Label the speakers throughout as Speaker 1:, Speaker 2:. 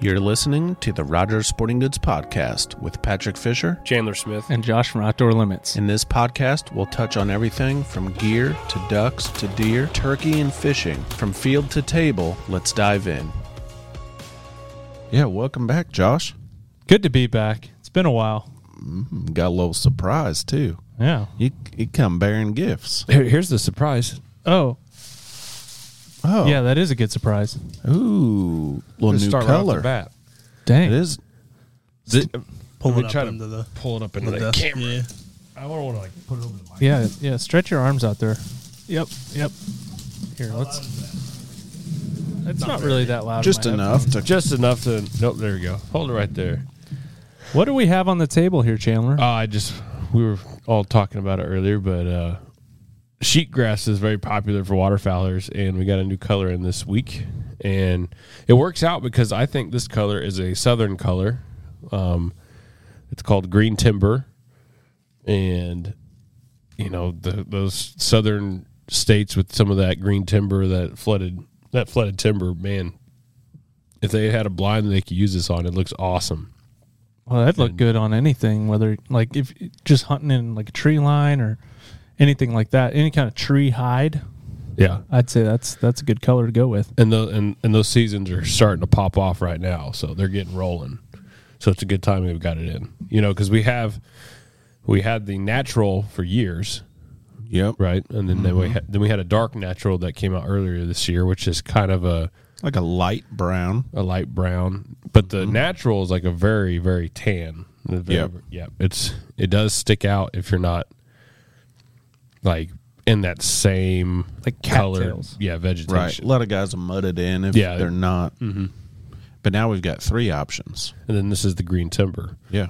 Speaker 1: You're listening to the Rogers Sporting Goods Podcast with Patrick Fisher.
Speaker 2: Chandler Smith.
Speaker 3: and Josh from Outdoor Limits.
Speaker 1: In this podcast, we'll touch on everything from gear to ducks to deer, turkey and fishing, from field to table. Let's dive in. Yeah, welcome back, Josh. Hmm,
Speaker 3: Good to be back. It's been a while.
Speaker 1: Got a little surprise too.
Speaker 3: Yeah.
Speaker 1: You, you come bearing gifts.
Speaker 4: Here- here's the surprise.
Speaker 3: Oh,
Speaker 1: Oh,
Speaker 3: yeah, that is a good surprise.
Speaker 1: Ooh, little
Speaker 4: Let's
Speaker 1: new
Speaker 4: start right off the
Speaker 1: color.
Speaker 4: bat.
Speaker 3: Dang.
Speaker 1: it is.
Speaker 4: Let
Speaker 5: pull
Speaker 4: me
Speaker 5: it up
Speaker 4: try to
Speaker 5: into the,
Speaker 4: Pull it up
Speaker 5: the
Speaker 4: into the
Speaker 5: desk.
Speaker 4: camera.
Speaker 5: Yeah.
Speaker 4: I want to like put it over the mic.
Speaker 3: Yeah, yeah. Stretch your arms out there. Yep, yep. Here, let's. It's not, really that loud. in
Speaker 1: Just
Speaker 3: my
Speaker 1: enough to.
Speaker 4: Just enough to. Nope. There we go. Hold it right there.
Speaker 3: headphones. What do we have on the table here, Chandler?
Speaker 4: Uh, I just we were all talking about it earlier, but uh, sheet grass is very popular for waterfowlers, and we got a new color in this week, and it works out because I think this color is a southern color. Um, it's called green timber, and you know the, those southern states with some of that green timber that flooded that flooded timber, man. If they had a blind they could use this on, it looks awesome.
Speaker 3: well, that'd look good on anything, whether like if just hunting in like a tree line or anything like that, any kind of tree hide.
Speaker 4: Yeah,
Speaker 3: I'd say that's that's a good color to go with.
Speaker 4: and the and, and those seasons are starting to pop off right now so they're getting rolling so it's a good time we've got it in you know because we have we had the natural for years
Speaker 1: Yep.
Speaker 4: right and then, then we
Speaker 1: Mm-hmm.
Speaker 4: had then we had a dark natural that came out earlier this year which is kind of a
Speaker 1: Like a light brown.
Speaker 4: a light brown, but the natural is like a very very tan. A Very,
Speaker 1: Mm-hmm. Yep.
Speaker 4: yep. It's it does stick out if you're not like in that same
Speaker 3: Like
Speaker 4: color.
Speaker 3: cattails.
Speaker 4: Yeah,
Speaker 1: Right. A
Speaker 4: vegetation.
Speaker 1: lot of guys will mud it in if
Speaker 4: Yeah.
Speaker 1: they're not. Mm-hmm. But now we've got three options.
Speaker 4: And then this is the green timber.
Speaker 1: Yeah.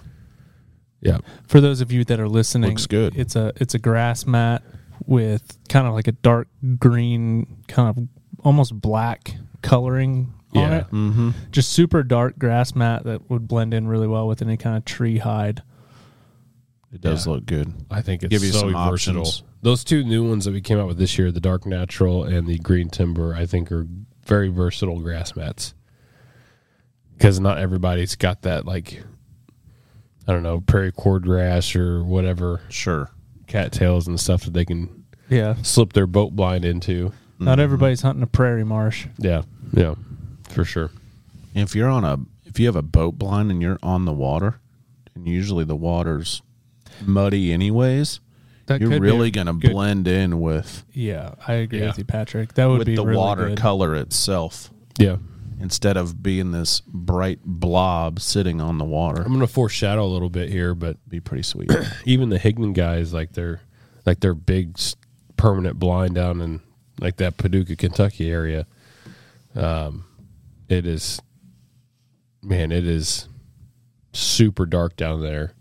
Speaker 4: Yeah.
Speaker 3: For those of you that are listening,
Speaker 1: Looks good.
Speaker 3: It's a it's a grass mat with kind of like a dark green, kind of almost black coloring on
Speaker 4: Yeah.
Speaker 3: it. Mm-hmm. Just super dark grass mat that would blend in really well with any kind of tree hide.
Speaker 1: It does
Speaker 4: Yeah.
Speaker 1: look good.
Speaker 4: I think it's
Speaker 1: Give you
Speaker 4: so
Speaker 1: some
Speaker 4: versatile.
Speaker 1: options.
Speaker 4: Those two new ones that we came out with this year, the Dark Natural and the Green Timber, I think are very versatile grass mats. Because not everybody's got that like, I don't know, prairie cordgrass or whatever
Speaker 1: Sure.
Speaker 4: cattails and stuff that they can
Speaker 3: Yeah,
Speaker 4: slip their boat blind into.
Speaker 3: not everybody's hunting a prairie marsh.
Speaker 4: Yeah, yeah, for sure.
Speaker 1: If you're on a if you have a boat blind and you're on the water, and usually the water's muddy anyways,
Speaker 3: That
Speaker 1: you're
Speaker 3: could be
Speaker 1: really
Speaker 3: a
Speaker 1: gonna
Speaker 3: good-
Speaker 1: blend in with
Speaker 3: Yeah, I agree
Speaker 4: Yeah.
Speaker 3: with you, Patrick. That would
Speaker 1: with
Speaker 3: be
Speaker 1: the
Speaker 3: really
Speaker 1: water
Speaker 3: good.
Speaker 1: color itself
Speaker 4: Yeah,
Speaker 1: instead of being this bright blob sitting on the water.
Speaker 4: I'm gonna foreshadow a little bit here, but
Speaker 1: Be pretty sweet.
Speaker 4: even the Higman guys, like their like their big s- permanent blind down in like that Paducah, Kentucky area. Um, it is, man, it is super dark down there,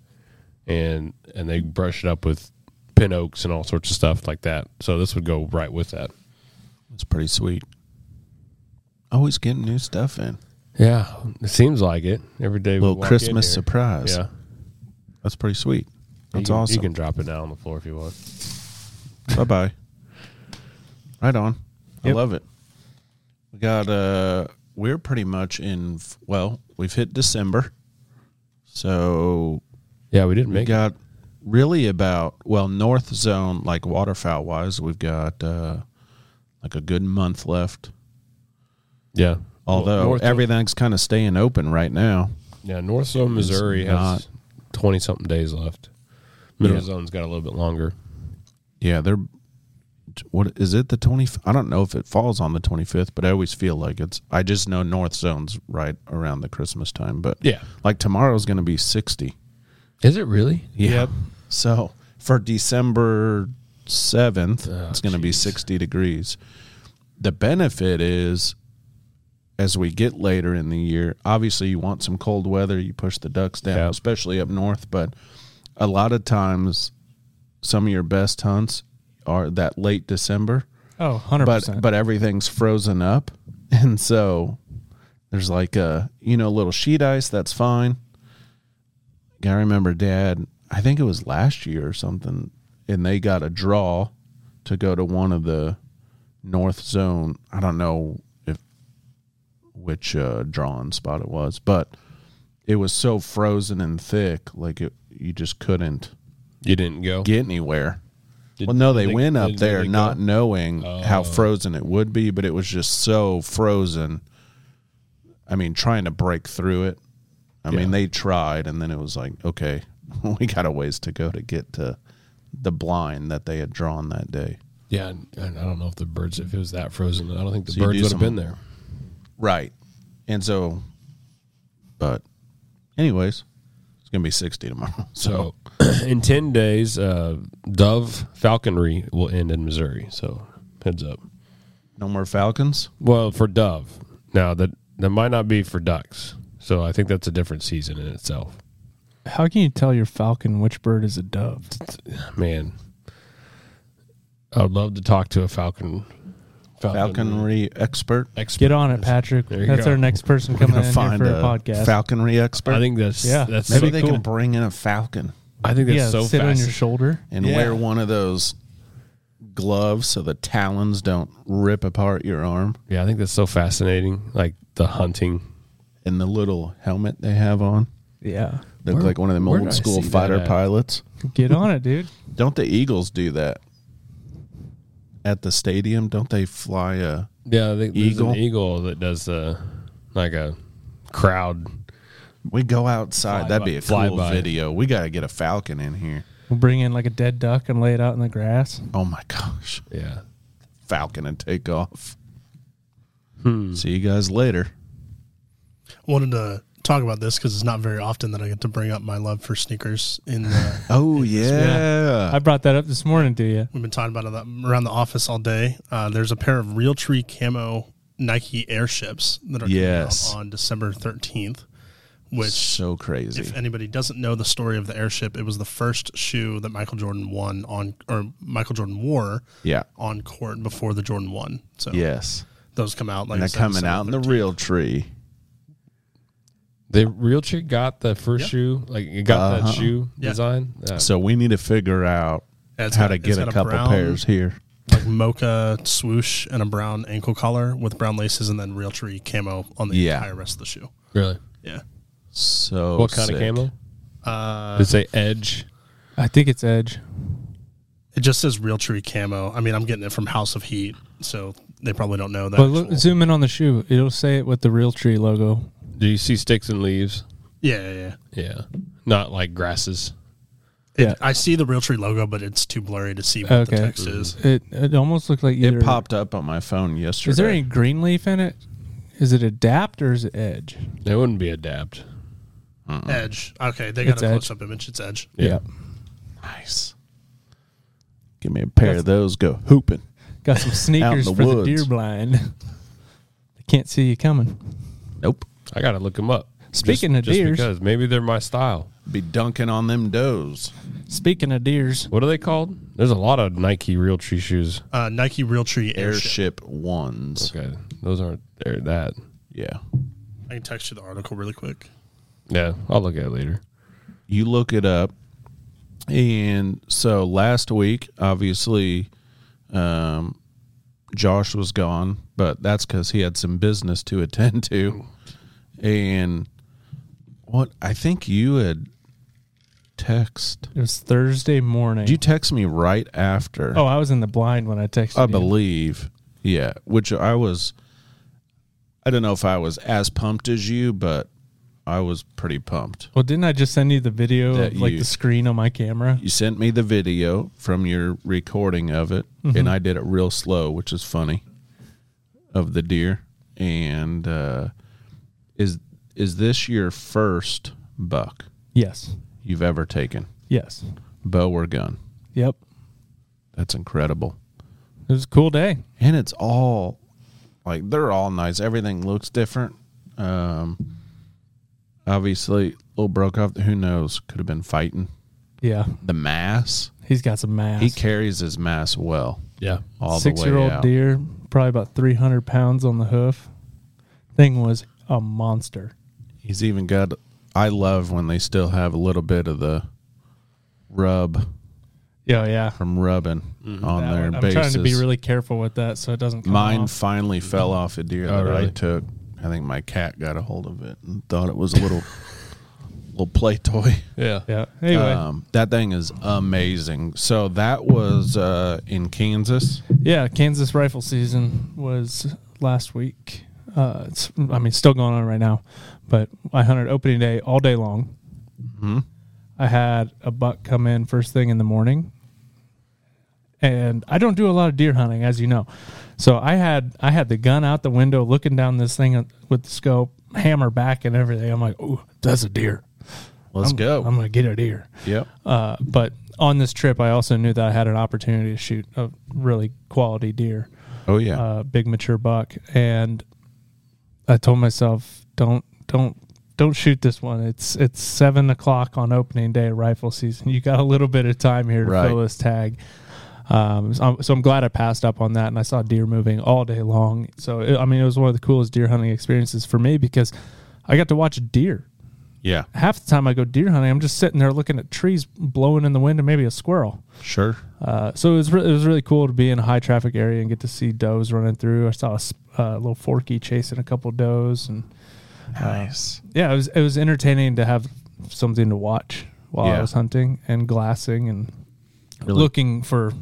Speaker 4: and and they brush it up with pin oaks and all sorts of stuff like that. So this would go right with that.
Speaker 1: it's pretty sweet. Always getting new stuff in.
Speaker 4: Yeah, it seems like it every day. we
Speaker 1: Little
Speaker 4: walk in
Speaker 1: Christmas
Speaker 4: here.
Speaker 1: surprise.
Speaker 4: Yeah,
Speaker 1: That's pretty sweet. That's
Speaker 4: you can, You
Speaker 1: awesome.
Speaker 4: can drop it down on the floor if you want.
Speaker 1: Bye bye. Right on. I
Speaker 3: Yep.
Speaker 1: love it. We got uh we're pretty much in f- well, we've hit December. So
Speaker 4: Yeah, we didn't
Speaker 1: we
Speaker 4: make it.
Speaker 1: got really about well, north zone like waterfowl wise, we've got uh like a good month left.
Speaker 4: Yeah,
Speaker 1: Although
Speaker 4: North-
Speaker 1: everything's kind of staying open right now.
Speaker 4: Yeah, North Zone,
Speaker 1: It's
Speaker 4: Missouri
Speaker 1: not-
Speaker 4: has twenty something days left. Middle
Speaker 1: Yeah.
Speaker 4: Zone's got a little bit longer.
Speaker 1: Yeah, they're what is it the 20 I don't know if it falls on the 25th, but I always feel like it's I just know north zone's right around the Christmas time, but
Speaker 4: Yeah,
Speaker 1: Like tomorrow's going to be 60.
Speaker 4: is it really?
Speaker 1: Yeah. So for December 7th,
Speaker 4: Oh,
Speaker 1: it's going to be
Speaker 4: jeez.
Speaker 1: 60 degrees. The benefit is as we get later in the year, obviously you want some cold weather, you push the ducks down,
Speaker 4: Yeah.
Speaker 1: especially up north, but a lot of times some of your best hunts are that late December
Speaker 3: Oh, 100
Speaker 1: but
Speaker 3: percent.
Speaker 1: but everything's frozen up and so there's like a you know little sheet ice that's fine i remember dad i think it was last year or something and they got a draw to go to one of the north zone i don't know if which uh, drawing spot it was, but it was so frozen and thick, like it, you just couldn't
Speaker 4: You didn't go.
Speaker 1: get anywhere.
Speaker 4: Did-
Speaker 1: well, no, they went up
Speaker 4: did
Speaker 1: there
Speaker 4: they go?
Speaker 1: not knowing how
Speaker 4: Oh.
Speaker 1: frozen it would be, but it was just so frozen. I mean, trying to break through it. I
Speaker 4: Yeah.
Speaker 1: mean, they tried, and then it was like, okay, we got a ways to go to get to the blind that they had drawn that day.
Speaker 4: Yeah, and, and I don't know if the birds, if it was that frozen, I don't think the
Speaker 1: So you
Speaker 4: birds
Speaker 1: do
Speaker 4: would have
Speaker 1: some-
Speaker 4: been there.
Speaker 1: Right. And so, but, anyways, it's going to be 60 tomorrow. So,
Speaker 4: So, in ten days, uh, dove falconry will end in Missouri. So, heads up.
Speaker 1: no more Falcons.
Speaker 4: Well, for dove, now that that might not be for ducks. So, I think that's a different season in itself.
Speaker 3: How can you tell your falcon which bird is a dove?
Speaker 4: Man, I'd love to talk to a falcon.
Speaker 1: Falconry expert.
Speaker 4: expert.
Speaker 3: Get on it, Patrick.
Speaker 4: There you
Speaker 3: That's
Speaker 4: go.
Speaker 3: our next person
Speaker 1: We're
Speaker 3: coming in
Speaker 1: gonna
Speaker 3: here
Speaker 1: find
Speaker 3: for a,
Speaker 1: a
Speaker 3: podcast.
Speaker 1: falconry expert.
Speaker 4: I think that's
Speaker 3: Yeah.
Speaker 4: That's
Speaker 1: Maybe
Speaker 4: so
Speaker 1: they
Speaker 4: cool.
Speaker 1: can bring in a falcon
Speaker 4: I think that's
Speaker 3: yeah,
Speaker 4: so
Speaker 3: sit
Speaker 4: fast.
Speaker 3: on your shoulder.
Speaker 1: and
Speaker 4: Yeah.
Speaker 1: wear one of those gloves so the talons don't rip apart your arm
Speaker 4: yeah, I think that's so fascinating. Like the hunting.
Speaker 1: and the little helmet they have on.
Speaker 3: Yeah.
Speaker 1: Look
Speaker 4: Where-
Speaker 1: like one of them
Speaker 4: where did I
Speaker 1: old school
Speaker 4: see that
Speaker 1: fighter
Speaker 4: at?
Speaker 1: pilots.
Speaker 3: Get on it, dude.
Speaker 1: Don't the Eagles do that? At the stadium, don't they fly a
Speaker 4: Yeah, I think there's
Speaker 1: Eagle.
Speaker 4: an eagle that does uh, like a crowd.
Speaker 1: We go outside.
Speaker 4: Fly
Speaker 1: That'd
Speaker 4: by-
Speaker 1: be a
Speaker 4: fly
Speaker 1: cool
Speaker 4: by.
Speaker 1: video. We got to get a falcon in here.
Speaker 3: We'll bring in like a dead duck and lay it out in the grass.
Speaker 1: Oh my gosh.
Speaker 4: Yeah.
Speaker 1: Falcon and take off.
Speaker 4: Hmm.
Speaker 1: See you guys later.
Speaker 2: wanted to talk about this because it's not very often that I get to bring up my love for sneakers. In the,
Speaker 1: Oh yeah.
Speaker 3: I brought that up this morning to you.
Speaker 2: we've been talking about it around the office all day. Uh, there's a pair of real tree camo Nike airships that are
Speaker 1: Yes.
Speaker 2: coming out on December 13th,
Speaker 1: It's
Speaker 2: which
Speaker 1: so crazy.
Speaker 2: if anybody doesn't know the story of the airship, it was the first shoe that Michael Jordan won on, or Michael Jordan wore
Speaker 1: Yeah.
Speaker 2: on court before the Jordan one. So
Speaker 1: Yes.
Speaker 2: those come out like
Speaker 1: And
Speaker 2: I
Speaker 1: they're
Speaker 2: said,
Speaker 1: coming
Speaker 2: December
Speaker 1: out in the
Speaker 2: 13th.
Speaker 1: real tree.
Speaker 4: The real chick got the first
Speaker 2: Yeah.
Speaker 4: shoe, like it got
Speaker 1: Uh-huh.
Speaker 4: that shoe
Speaker 2: Yeah.
Speaker 4: design. Uh,
Speaker 1: So we need to figure out
Speaker 2: Yeah, it's
Speaker 1: how
Speaker 2: got-
Speaker 1: to
Speaker 2: it's
Speaker 1: get
Speaker 2: got
Speaker 1: a couple
Speaker 2: brown,
Speaker 1: pairs here.
Speaker 2: like mocha swoosh and a brown ankle collar with brown laces, and then real tree camo on the
Speaker 1: Yeah.
Speaker 2: entire rest of the shoe.
Speaker 4: really,
Speaker 2: Yeah,
Speaker 1: So
Speaker 4: what kind
Speaker 1: sick.
Speaker 4: of camo?
Speaker 2: uh,
Speaker 4: Did it say edge?
Speaker 3: I think it's Edge.
Speaker 2: it just says real tree camo. I mean, I'm getting it from House of Heat, so they probably don't know that.
Speaker 3: But look, zoom in on the shoe. It'll say it with the real tree logo.
Speaker 4: Do you see sticks and leaves?
Speaker 2: yeah, yeah, yeah.
Speaker 4: Yeah, not like grasses.
Speaker 3: Yeah.
Speaker 2: I see the real tree logo, but it's too blurry to see what
Speaker 3: Okay.
Speaker 2: the text is.
Speaker 3: It it almost looked like either,
Speaker 1: It popped up on my phone yesterday.
Speaker 3: Is there any green leaf in it? Is it adapt or is it edge?
Speaker 4: They wouldn't be adapt.
Speaker 2: Edge. Okay, they
Speaker 3: Mm-hmm.
Speaker 2: got
Speaker 3: It's
Speaker 2: a
Speaker 3: Edge.
Speaker 2: close up image. It's Edge.
Speaker 4: Yeah.
Speaker 1: nice? Give me a pair of those. Go hooping.
Speaker 3: Got some sneakers
Speaker 1: the
Speaker 3: for
Speaker 1: woods.
Speaker 3: the deer blind. they can't see you coming.
Speaker 1: Nope.
Speaker 4: I gotta look them up.
Speaker 3: Speaking
Speaker 4: Just-
Speaker 3: of
Speaker 4: just
Speaker 3: deers.
Speaker 4: because maybe they're my style.
Speaker 1: Be dunking on them does.
Speaker 3: Speaking of deers,
Speaker 4: What are they called? There's a lot of Nike real tree shoes.
Speaker 2: Uh, Nike real tree airship.
Speaker 1: Airship ones.
Speaker 4: Okay, those aren't they're that.
Speaker 1: Yeah.
Speaker 2: I can text you the article really quick.
Speaker 4: Yeah, I'll look at it later.
Speaker 1: you look it up and so last week obviously um josh was gone but that's because he had some business to attend to and what i think you had text
Speaker 3: it was Thursday morning.
Speaker 1: did you text me right after
Speaker 3: oh, I was in the blind when I texted
Speaker 1: i
Speaker 3: you.
Speaker 1: believe yeah which i was i don't know if i was as pumped as you but i was pretty pumped
Speaker 3: Well, didn't I just send you the video
Speaker 1: That
Speaker 3: of like
Speaker 1: you-
Speaker 3: the screen on my camera?
Speaker 1: you sent me the video from your recording of it and i did it real slow which is funny of the deer and uh is is this your first buck
Speaker 3: Yes.
Speaker 1: you've ever taken
Speaker 3: Yes.
Speaker 1: bow or gun
Speaker 3: Yep.
Speaker 1: that's incredible
Speaker 3: It was a cool day.
Speaker 1: and it's all like they're all nice everything looks different um obviously little broke off who knows could have been fighting
Speaker 3: Yeah.
Speaker 1: the mass
Speaker 3: He's got some mass.
Speaker 1: he carries his mass well
Speaker 4: Yeah,
Speaker 1: all
Speaker 3: Six
Speaker 1: the way
Speaker 3: year old
Speaker 1: out.
Speaker 3: deer, probably about 300 pounds on the hoof. Thing was a monster.
Speaker 1: He's even got. I love when they still have a little bit of the rub
Speaker 3: Yeah, yeah.
Speaker 1: from rubbing on
Speaker 3: Mm-hmm. That
Speaker 1: their
Speaker 3: one- I'm
Speaker 1: bases.
Speaker 3: trying to be really careful with that so it doesn't come
Speaker 1: Mine
Speaker 3: off.
Speaker 1: finally fell off a deer that
Speaker 4: Oh,
Speaker 1: I
Speaker 4: really?
Speaker 1: took I think my cat got a hold of it and thought it was a little little play toy.
Speaker 4: Yeah.
Speaker 3: Yeah. Anyway,
Speaker 1: Um, that thing is amazing. So that was uh, in Kansas.
Speaker 3: yeah, Kansas rifle season was last week. Uh, it's, I mean, still going on right now, but I hunted opening day all day long.
Speaker 1: Mm-hmm.
Speaker 3: I had a buck come in first thing in the morning, and I don't do a lot of deer hunting, as you know. So I had I had the gun out the window, looking down this thing with the scope, hammer back, and everything. I'm like, oh, that's a deer.
Speaker 1: Let's
Speaker 3: I'm-
Speaker 1: go.
Speaker 3: I'm gonna get a deer.
Speaker 1: yep.
Speaker 3: Uh, but on this trip, I also knew that I had an opportunity to shoot a really quality deer,
Speaker 1: Oh yeah.
Speaker 3: uh, big mature buck, and I told myself, don't, don't, don't shoot this one. It's it's seven o'clock on opening day of rifle season. You got a little bit of time here to
Speaker 1: Right.
Speaker 3: fill this tag. Um, so, I'm, so I'm glad I passed up on that, and I saw deer moving all day long. So it, I mean, it was one of the coolest deer hunting experiences for me because I got to watch deer
Speaker 1: yeah.
Speaker 3: half the time I go deer hunting, I'm just sitting there looking at trees blowing in the wind and maybe a squirrel.
Speaker 1: Sure.
Speaker 3: Uh, so it was re- it was really cool to be in a high traffic area and get to see does running through. I saw a s- uh, little forky chasing a couple does, and uh,
Speaker 1: Nice.
Speaker 3: yeah, it was it was entertaining to have something to watch while I
Speaker 1: Yeah.
Speaker 3: was hunting and glassing and
Speaker 1: Really-
Speaker 3: looking for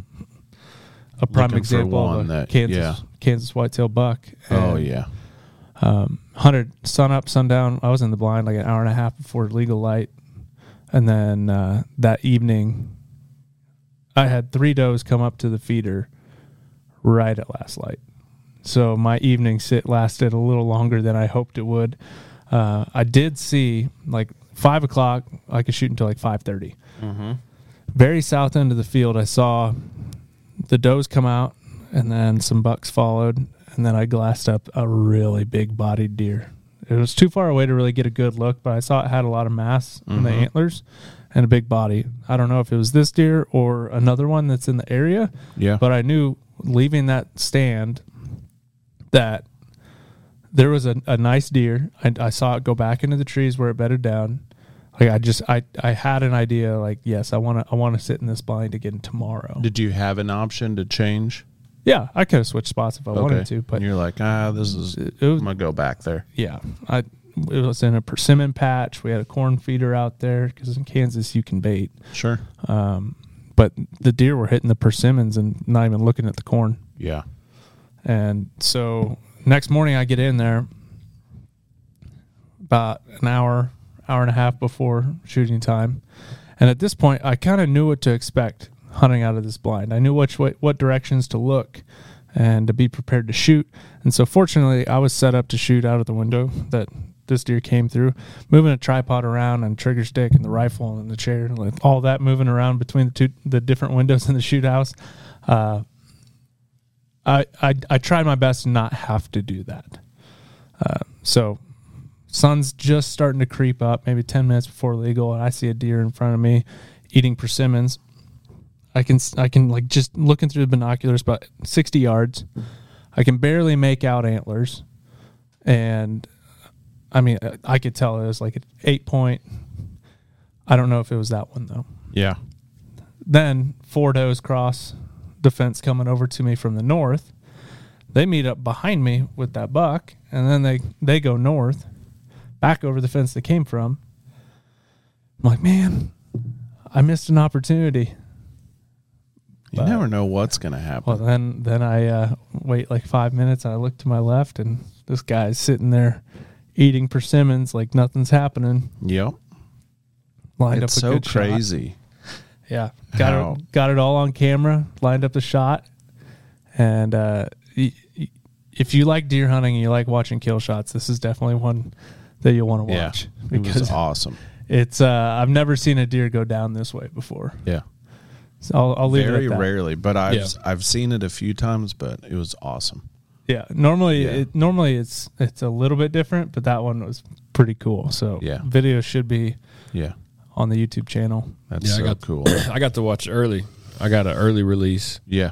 Speaker 3: a prime
Speaker 1: Looking for
Speaker 3: example of
Speaker 1: one
Speaker 3: a
Speaker 1: that-
Speaker 3: Kansas
Speaker 1: yeah.
Speaker 3: Kansas whitetail buck.
Speaker 1: oh
Speaker 3: And,
Speaker 1: yeah.
Speaker 3: um, hunted sun up, sundown. I was in the blind like an hour and a half before legal light, and then uh, that evening, I had three does come up to the feeder right at last light. So my evening sit lasted a little longer than I hoped it would. Uh, I did see like five o'clock. I could shoot until like five thirty. Very south end of the field, I saw the does come out, and then some bucks followed, and then I glassed up a really big bodied deer. It was too far away to really get a good look, but I saw it had a lot of mass in the antlers and a big body. I don't know if it was this deer or another one that's in the area,
Speaker 1: Yeah.
Speaker 3: but I knew leaving that stand that there was a, a nice deer. I, I saw it go back into the trees where it bedded down. Like I just I I had an idea. Like yes, I want to I want to sit in this blind again tomorrow.
Speaker 1: Did you have an option to change?
Speaker 3: yeah, I could have switched spots if I wanted to, but
Speaker 1: and you're like, ah, this is.
Speaker 3: it, it
Speaker 1: I'm
Speaker 3: was,
Speaker 1: gonna go back there.
Speaker 3: yeah, I it was in a persimmon patch. We had a corn feeder out there because in Kansas you can bait.
Speaker 1: Sure.
Speaker 3: Um, but the deer were hitting the persimmons and not even looking at the corn.
Speaker 1: Yeah.
Speaker 3: And so next morning I get in there about an hour, hour and a half before shooting time. And at this point I kind of knew what to expect hunting out of this blind. I knew which way, what directions to look and to be prepared to shoot. And so fortunately I was set up to shoot out of the window that this deer came through, moving a tripod around and trigger stick and the rifle and the chair and like, all that moving around between the two the different windows in the shoot house. Uh, I, I I tried my best to not have to do that. Uh, so, sun's just starting to creep up, maybe ten minutes before legal, and I see a deer in front of me eating persimmons. I can s- I can like just looking through the binoculars, about sixty yards. I can barely make out antlers, and I mean I- I could tell it was like an eight point. I don't know if it was that one though
Speaker 1: Yeah.
Speaker 3: then four does cross the fence coming over to me from the north. They meet up behind me with that buck, and then they they go north, back over the fence they came from. I'm like, man, I missed an opportunity.
Speaker 1: You
Speaker 3: But-
Speaker 1: never know what's gonna
Speaker 3: Well,
Speaker 1: happen.
Speaker 3: then then I uh, wait like five minutes. I look to my left, and this guy's sitting there eating persimmons like nothing's happening.
Speaker 1: yep.
Speaker 3: Lined
Speaker 1: It's
Speaker 3: up a
Speaker 1: so
Speaker 3: good shot.
Speaker 1: crazy.
Speaker 3: Yeah, got
Speaker 1: How?
Speaker 3: it, got it all on camera, lined up the shot, and uh, y- y- if you like deer hunting and you like watching kill shots, this is definitely one that you'll want to watch
Speaker 1: Yeah, it was
Speaker 3: because
Speaker 1: awesome.
Speaker 3: it's. Uh, I've never seen a deer go down this way before.
Speaker 1: Yeah,
Speaker 3: So I'll, I'll leave
Speaker 1: very
Speaker 3: it at that.
Speaker 1: rarely, but I've
Speaker 4: Yeah.
Speaker 1: I've seen it a few times, but it was awesome.
Speaker 3: Yeah, normally
Speaker 1: Yeah.
Speaker 3: it normally it's it's a little bit different, but that one was pretty cool. So
Speaker 1: Yeah.
Speaker 3: video should be
Speaker 1: Yeah,
Speaker 3: on the YouTube channel.
Speaker 1: that's
Speaker 4: Yeah, I
Speaker 1: so
Speaker 4: got-
Speaker 1: cool.
Speaker 4: I got to watch early. I got an early release.
Speaker 1: yeah,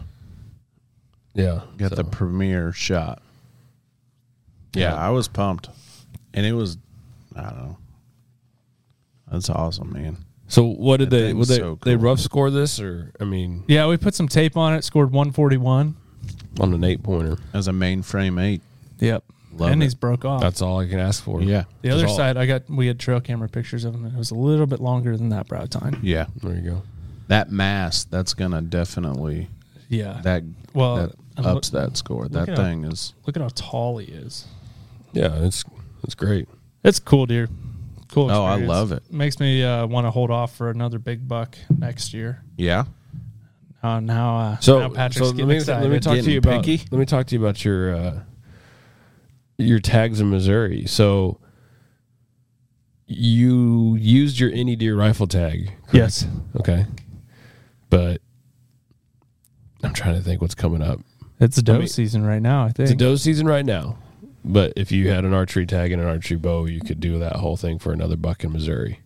Speaker 4: Yeah.
Speaker 1: got
Speaker 4: so-
Speaker 1: the premiere shot. Yeah,
Speaker 4: Yeah.
Speaker 1: I was pumped, and it was I don't know. That's awesome, man.
Speaker 4: So what did
Speaker 1: That
Speaker 4: they?
Speaker 1: thing
Speaker 4: Would
Speaker 1: was
Speaker 4: they
Speaker 1: so
Speaker 4: they
Speaker 1: cool.
Speaker 4: rough score this or I mean
Speaker 3: Yeah, we put some tape on it. Scored one forty one.
Speaker 4: on an eight pointer?
Speaker 1: As a mainframe eight,
Speaker 3: Yep.
Speaker 1: Love
Speaker 3: and
Speaker 1: it.
Speaker 3: he's broke off.
Speaker 4: That's all I can ask for.
Speaker 1: Yeah.
Speaker 3: the other
Speaker 4: That's all.
Speaker 3: side, I got we had trail camera pictures of him. and It was a little bit longer than that brow tine.
Speaker 1: Yeah.
Speaker 4: There you go.
Speaker 1: That mass, that's gonna definitely
Speaker 3: Yeah.
Speaker 1: that
Speaker 3: well,
Speaker 1: that
Speaker 3: I'm loo-
Speaker 1: ups that score. That
Speaker 3: Uh, looking at-
Speaker 1: thing is
Speaker 3: look at how tall he is.
Speaker 4: Yeah, it's it's great.
Speaker 3: It's cool, deer. Cool.
Speaker 1: Oh, I
Speaker 3: experience.
Speaker 1: love it.
Speaker 3: Makes me uh, want to hold off for another big buck next year.
Speaker 1: yeah.
Speaker 3: Uh, now, uh,
Speaker 4: So,
Speaker 3: now
Speaker 4: so
Speaker 3: Patrick's
Speaker 4: let,
Speaker 3: getting
Speaker 4: me,
Speaker 3: excited.
Speaker 4: let me talk to
Speaker 1: Getting
Speaker 4: you about
Speaker 1: picky?
Speaker 4: let me talk to you about your uh, your tags in Missouri. So you used your any deer rifle tag, correct?
Speaker 3: Yes.
Speaker 4: Okay, but I'm trying to think what's coming up.
Speaker 3: It's a doe
Speaker 4: mean-
Speaker 3: season right now. I
Speaker 4: It's a
Speaker 3: think.
Speaker 4: doe season right now, but if you had an archery tag and an archery bow, you could do that whole thing for another buck in Missouri.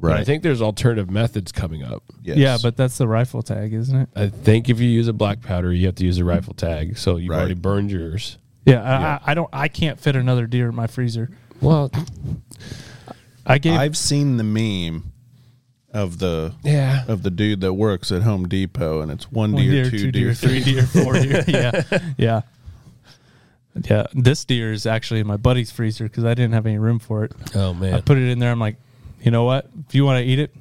Speaker 4: But
Speaker 1: Right.
Speaker 4: I think there's alternative methods coming up.
Speaker 1: Yes.
Speaker 3: Yeah, but that's the rifle tag, isn't it?
Speaker 4: I think if you use a black powder, you have to use a rifle tag. So you've
Speaker 1: Right.
Speaker 4: already burned yours.
Speaker 3: Yeah, I, I, I don't. I can't fit another deer in my freezer.
Speaker 4: Well,
Speaker 3: I gave.
Speaker 1: I've seen the meme of the
Speaker 4: yeah.
Speaker 1: of the dude that works at Home Depot and it's one, deer, two, deer, three.
Speaker 3: deer, four deer. Yeah, yeah, yeah. This deer is actually in my buddy's freezer because I didn't have any room for it.
Speaker 4: Oh
Speaker 3: I
Speaker 4: man.
Speaker 3: put it in there. I'm like, you know what? If you want to eat it,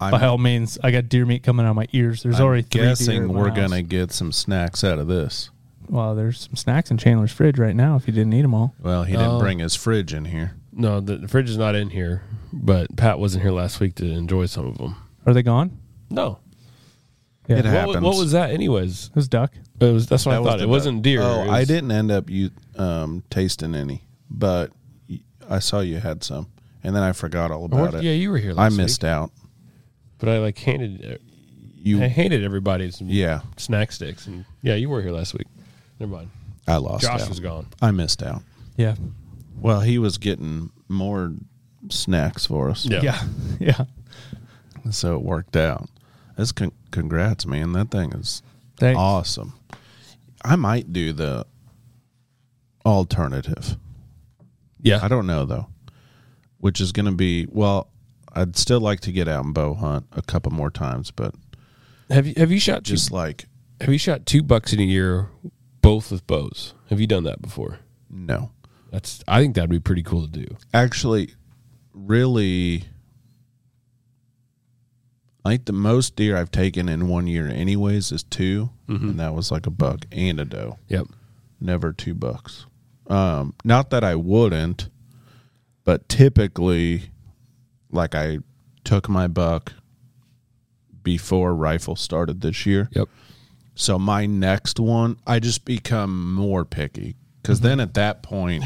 Speaker 1: I'm-
Speaker 3: by all means, I got deer meat coming out of my ears. There's already three deer
Speaker 1: guessing
Speaker 3: in my
Speaker 1: we're
Speaker 3: house.
Speaker 1: gonna get some snacks out of this.
Speaker 3: Well, there's some snacks in Chandler's fridge right now. If you didn't eat them all,
Speaker 1: Well, he didn't
Speaker 4: Oh.
Speaker 1: bring his fridge in here.
Speaker 4: no, the, the fridge is not in here, but Pat wasn't here last week to enjoy some of them.
Speaker 3: are they gone?
Speaker 4: No.
Speaker 3: Yeah.
Speaker 1: It
Speaker 4: What,
Speaker 1: happens.
Speaker 4: wa- what was that anyways?
Speaker 3: It was duck.
Speaker 4: It was that's what
Speaker 1: That
Speaker 4: I
Speaker 1: was
Speaker 4: thought.
Speaker 1: the
Speaker 4: it
Speaker 1: duck.
Speaker 4: wasn't deer.
Speaker 1: Oh,
Speaker 4: It
Speaker 1: I
Speaker 4: was-
Speaker 1: didn't end up you um, tasting any, but y- I saw you had some, and then I forgot all
Speaker 4: Or-
Speaker 1: about it.
Speaker 4: yeah, you were here
Speaker 1: I
Speaker 4: last
Speaker 1: missed
Speaker 4: week,
Speaker 1: out.
Speaker 4: But I like handed uh, I
Speaker 1: You,
Speaker 4: handed everybody some
Speaker 1: yeah,
Speaker 4: snack sticks and yeah, you were here last week. Never mind.
Speaker 1: I lost.
Speaker 4: Josh
Speaker 1: out.
Speaker 4: was gone.
Speaker 1: I missed out.
Speaker 3: Yeah.
Speaker 1: Well, he was getting more snacks for us,
Speaker 3: Yeah. Yeah.
Speaker 1: so it worked out. That's con- congrats, man. That thing is
Speaker 3: Thanks.
Speaker 1: awesome. I might do the alternative.
Speaker 4: Yeah.
Speaker 1: I don't know though. Which is going to be well. I'd still like to get out and bow hunt a couple more times, but
Speaker 4: Have you have you shot just
Speaker 1: just like
Speaker 4: have you shot two bucks in a year both with bows? Have you done that before?
Speaker 1: no.
Speaker 4: That's I think that'd be pretty cool to do.
Speaker 1: Actually, really, I think the most deer I've taken in one year, anyways, is 2 and that was like a buck and a doe.
Speaker 4: Yep.
Speaker 1: Never two bucks. Um, not that I wouldn't, but typically, like I took my buck before rifle started this year.
Speaker 4: Yep.
Speaker 1: So my next one, I just become more picky because then at that point,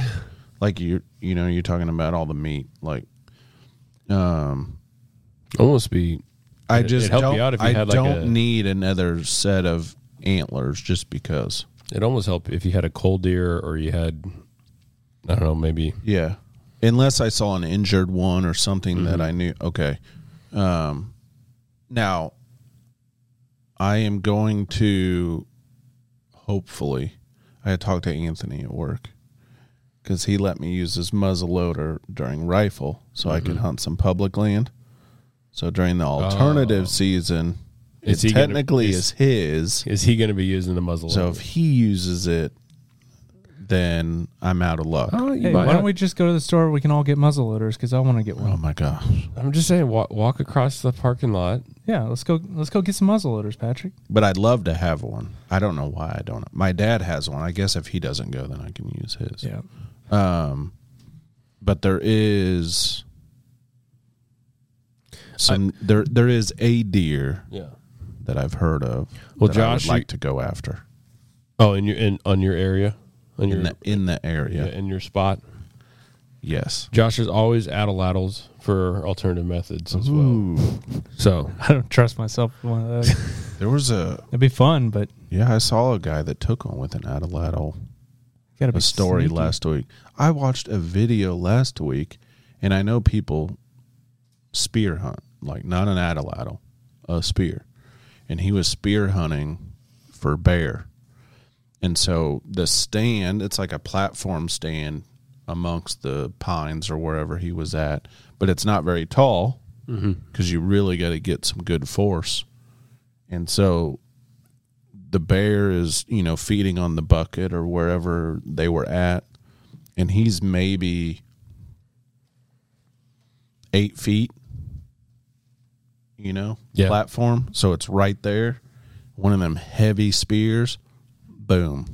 Speaker 1: like you, you know, you're talking about all the meat. Like, um,
Speaker 4: Almost be
Speaker 1: I
Speaker 4: It'd-
Speaker 1: just
Speaker 4: it'd help
Speaker 1: don't.
Speaker 4: you out if you
Speaker 1: I
Speaker 4: had, like,
Speaker 1: don't
Speaker 4: a-
Speaker 1: need another set of antlers just because.
Speaker 4: It almost helped if you had a cold deer or you had, I don't know, maybe.
Speaker 1: Yeah, unless I saw an injured one or something
Speaker 4: Mm-hmm.
Speaker 1: that I knew. Okay, um, now I am going to hopefully. I had talked to Anthony at work because he let me use his muzzle loader during rifle, so I
Speaker 4: Mm-hmm.
Speaker 1: could hunt some public land. So during the alternative season,
Speaker 4: Oh. Is
Speaker 1: it
Speaker 4: he gonna-
Speaker 1: technically
Speaker 4: is-
Speaker 1: is his.
Speaker 4: Is he going to be using the muzzle?
Speaker 1: So if he uses it, then I'm out of luck.
Speaker 4: oh, you
Speaker 3: Hey,
Speaker 4: might
Speaker 3: why
Speaker 4: not-
Speaker 3: don't we just go to the store? We can all get muzzle loaders because I want to get one.
Speaker 1: Oh my gosh.
Speaker 4: I'm just saying, walk, walk across the parking lot.
Speaker 3: Yeah, let's go. Let's go get some muzzle loaders, Patrick.
Speaker 1: But I'd love to have one. I don't know why I don't. My dad has one. I guess if he doesn't go, then I can use his.
Speaker 3: Yeah,
Speaker 1: Um, but there is some there there is a deer
Speaker 4: Yeah.
Speaker 1: that I've heard of.
Speaker 4: Well,
Speaker 1: that I
Speaker 4: Josh, you-
Speaker 1: would like to go after
Speaker 4: Oh, in your in on your area, on your
Speaker 1: in the in the area.
Speaker 4: yeah, in your spot.
Speaker 1: Yes.
Speaker 4: Josh is always at laddles for alternative methods as well.
Speaker 1: Ooh,
Speaker 4: So
Speaker 3: I don't trust myself. with One of those.
Speaker 1: there was a
Speaker 3: It'd be fun, but
Speaker 1: yeah. I saw a guy that took one with an atlatl.
Speaker 3: gotta be
Speaker 1: a story
Speaker 3: sneaky.
Speaker 1: last week. I watched a video last week, and I know people spear hunt, like not an atlatl, a spear. And he was spear hunting for bear. And so the stand, it's like a platform stand amongst the pines or wherever he was at, but it's not very tall because you really got to get some good force. And so the bear is, you know, feeding on the bucket or wherever they were at. and he's maybe eight feet, you know,
Speaker 4: Yeah.
Speaker 1: platform. So it's right there. One of them heavy spears, boom,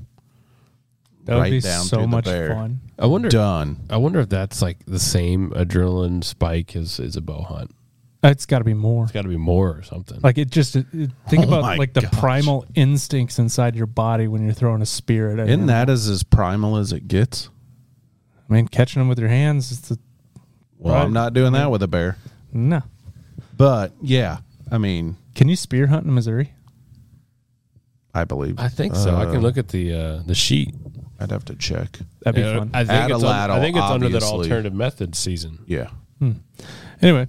Speaker 3: That would
Speaker 1: Right
Speaker 3: be
Speaker 1: down
Speaker 3: so
Speaker 1: through the
Speaker 3: much
Speaker 1: bear.
Speaker 3: fun.
Speaker 4: I wonder.
Speaker 1: done.
Speaker 4: I wonder if that's like the same adrenaline spike as as a bow hunt.
Speaker 3: It's got to be more.
Speaker 4: It's got to be more or something.
Speaker 3: Like it just it, it- think
Speaker 1: Oh my
Speaker 3: about like the
Speaker 1: gosh.
Speaker 3: primal instincts inside your body when you're throwing a spear at it.
Speaker 1: Isn't that as, as primal as it gets?
Speaker 3: I mean, catching them with your hands is the
Speaker 1: Well,
Speaker 3: Right.
Speaker 1: I'm not doing that with a bear.
Speaker 3: no.
Speaker 1: But yeah, I mean,
Speaker 3: Can you spear hunt in Missouri?
Speaker 1: I believe.
Speaker 4: I think so. I
Speaker 1: Uh,
Speaker 4: can look at the uh, the sheet.
Speaker 1: I'd have to check.
Speaker 3: That'd be
Speaker 4: Uh,
Speaker 3: fun.
Speaker 4: I think
Speaker 1: Add a
Speaker 4: it's, un- I
Speaker 1: lateral,
Speaker 4: think it's under that
Speaker 1: obviously.
Speaker 4: alternative method season.
Speaker 1: Yeah.
Speaker 3: anyway,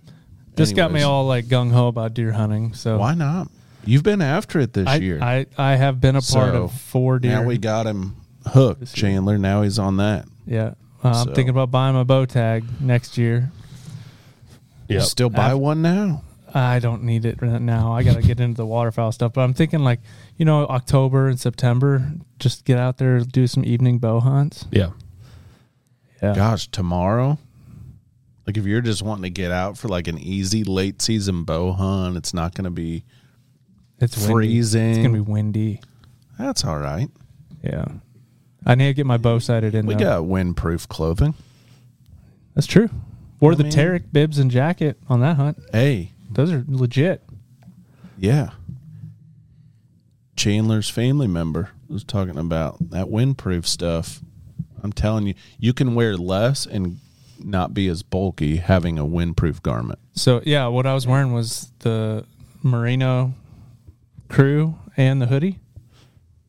Speaker 3: this got me
Speaker 1: Anyways.
Speaker 3: all like gung ho about deer hunting. So
Speaker 1: Why not? You've been after it this
Speaker 3: I,
Speaker 1: year.
Speaker 3: I I have been a part
Speaker 1: So,
Speaker 3: of four deer.
Speaker 1: Now we got him hooked,
Speaker 3: This year.
Speaker 1: Chandler. Now he's on that.
Speaker 3: yeah, Uh, I'm
Speaker 1: So-
Speaker 3: thinking about buying my bow tag next year.
Speaker 4: Yeah.
Speaker 1: Still buy
Speaker 3: I've-
Speaker 1: one now.
Speaker 3: I don't need it right now. I got to get into the waterfowl stuff. But I'm thinking like you know October and September, just get out there do some evening bow hunts.
Speaker 4: Yeah.
Speaker 3: Yeah.
Speaker 1: Gosh, tomorrow. Like if you're just wanting to get out for like an easy late season bow hunt, it's not going to be.
Speaker 3: It's windy. It's
Speaker 1: Freezing.
Speaker 3: gonna be windy.
Speaker 1: That's all right.
Speaker 3: Yeah. I need to get my bow sighted in.
Speaker 1: We
Speaker 3: though.
Speaker 1: got windproof clothing.
Speaker 3: That's true. Wore
Speaker 1: I
Speaker 3: the
Speaker 1: mean-
Speaker 3: Tarek bibs and jacket on that hunt.
Speaker 1: Hey,
Speaker 3: Those are legit.
Speaker 1: yeah. Chandler's family member was talking about that windproof stuff. I'm telling you, you can wear less and not be as bulky having a windproof garment.
Speaker 3: So yeah, what I was wearing was the merino crew and the hoodie.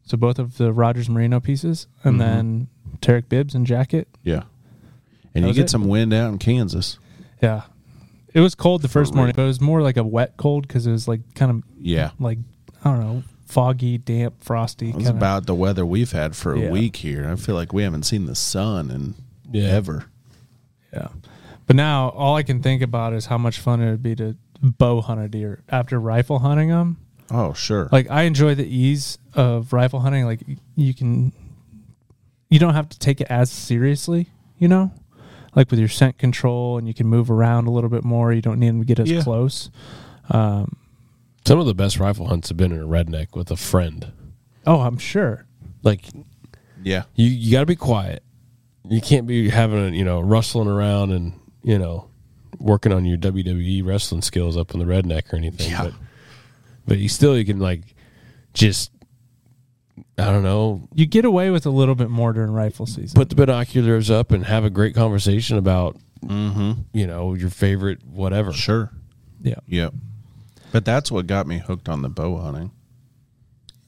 Speaker 3: So both of the Rogers merino pieces,
Speaker 1: Mm-hmm.
Speaker 3: and then Tarek bibs and jacket.
Speaker 1: Yeah. And
Speaker 3: That
Speaker 1: you
Speaker 3: was
Speaker 1: get
Speaker 3: it?
Speaker 1: some wind out in Kansas.
Speaker 3: Yeah. It was cold the first
Speaker 1: real.
Speaker 3: morning, but it was more like a wet cold because it was like kind of
Speaker 1: Yeah.
Speaker 3: like I don't know, foggy, damp, frosty.
Speaker 1: That's
Speaker 3: kinda.
Speaker 1: about the weather we've had for a
Speaker 3: Yeah.
Speaker 1: week here. I feel like we haven't seen the sun in
Speaker 4: Yeah.
Speaker 1: ever.
Speaker 3: Yeah. But now all I can think about is how much fun it would be to bow hunt a deer after rifle hunting them.
Speaker 1: Oh, sure.
Speaker 3: Like I enjoy the ease of rifle hunting. Like y- you can, you don't have to take it as seriously. You know, like with your scent control, and you can move around a little bit more. You don't need them to get as
Speaker 1: Yeah.
Speaker 3: close. Um,
Speaker 4: Some of the best rifle hunts have been in a redneck with a friend.
Speaker 3: oh, I'm sure.
Speaker 4: Like
Speaker 1: yeah.
Speaker 4: you, you got to be quiet. You can't be having a, you know rustling around and you know working on your WWE wrestling skills up on the redneck or anything.
Speaker 1: Yeah.
Speaker 4: But but you still you can like just I don't know
Speaker 3: You get away with a little bit more during rifle season.
Speaker 4: put the binoculars up and have a great conversation about
Speaker 1: Mm-hmm.
Speaker 4: you know your favorite whatever.
Speaker 1: Sure.
Speaker 3: yeah,
Speaker 1: Yep. But that's what got me hooked on the bow hunting.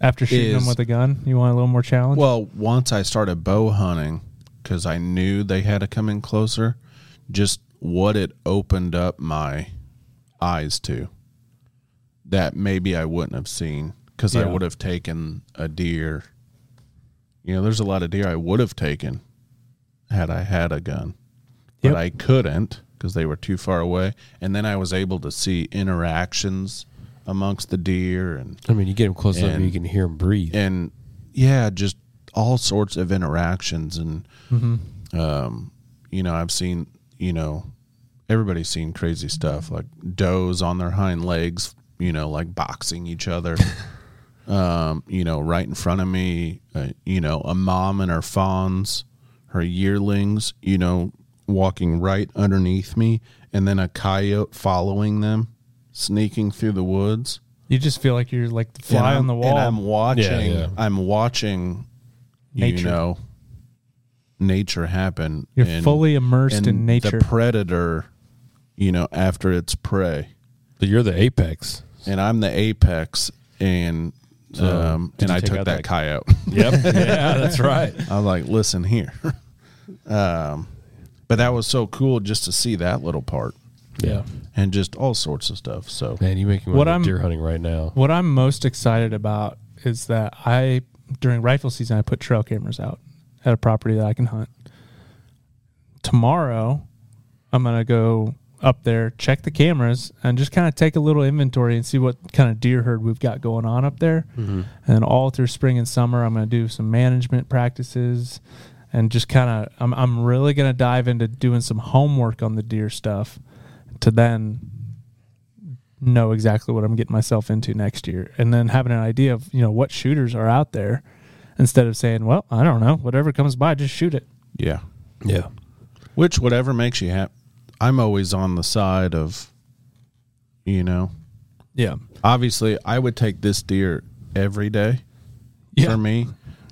Speaker 3: after shooting them
Speaker 1: Is-
Speaker 3: with a gun, you want a little more challenge.
Speaker 1: Well, once I started bow hunting, because I knew they had to come in closer, just what it opened up my eyes to that maybe I wouldn't have seen because I
Speaker 4: Yeah.
Speaker 1: would have taken a deer. You know, there's a lot of deer I would have taken had I had a gun, but
Speaker 3: Yep.
Speaker 1: I couldn't because they were too far away. And then I was able to see interactions amongst the deer and
Speaker 4: I mean, you get them close enough,
Speaker 1: And-
Speaker 4: you can hear them breathe.
Speaker 1: and yeah, just all sorts of interactions. And um, you know, I've seen you know everybody's seen crazy stuff like does on their hind legs, you know, like boxing each other. um, you know, right in front of me, uh, you know, a mom and her fawns, her yearlings, you know, walking right underneath me, and then a coyote following them, sneaking through the woods
Speaker 3: you just feel like you're like the fly
Speaker 1: and
Speaker 3: on the
Speaker 1: I'm-
Speaker 3: wall.
Speaker 1: And I'm watching.
Speaker 4: yeah.
Speaker 1: I'm watching. You
Speaker 3: Nature.
Speaker 1: know, nature happen.
Speaker 3: You're
Speaker 1: and-
Speaker 3: fully immersed
Speaker 1: and
Speaker 3: in nature.
Speaker 1: The predator, you know, after its prey,
Speaker 4: But you're the apex.
Speaker 1: and I'm the apex, and
Speaker 4: So,
Speaker 1: um,
Speaker 4: did
Speaker 1: and
Speaker 4: you
Speaker 1: I
Speaker 4: take
Speaker 1: took
Speaker 4: out
Speaker 1: that,
Speaker 4: that-
Speaker 1: coyote.
Speaker 4: Yep. yeah, that's right.
Speaker 1: I was like, listen here. um, but that was so cool just to see that little part
Speaker 4: Yeah.
Speaker 1: and just all sorts of stuff. So
Speaker 4: Man, you make me want
Speaker 3: What
Speaker 4: to
Speaker 3: I'm-
Speaker 4: go deer hunting right now.
Speaker 3: What I'm most excited about is that I, during rifle season, I put trail cameras out at a property that I can hunt. Tomorrow, I'm going to go up there, check the cameras, and just kind of take a little inventory and see what kind of deer herd we've got going on up there. And all through spring and summer, I'm going to do some management practices. and just kind of I'm I'm really gonna dive into doing some homework on the deer stuff to then know exactly what I'm getting myself into next year, and then having an idea of you know what shooters are out there instead of saying, well, I don't know, whatever comes by, just shoot it.
Speaker 1: Yeah.
Speaker 4: Yeah.
Speaker 1: Which whatever makes you happy. I'm always on the side of, you know,
Speaker 3: Yeah,
Speaker 1: obviously I would take this deer every day.
Speaker 3: yeah,
Speaker 1: for me.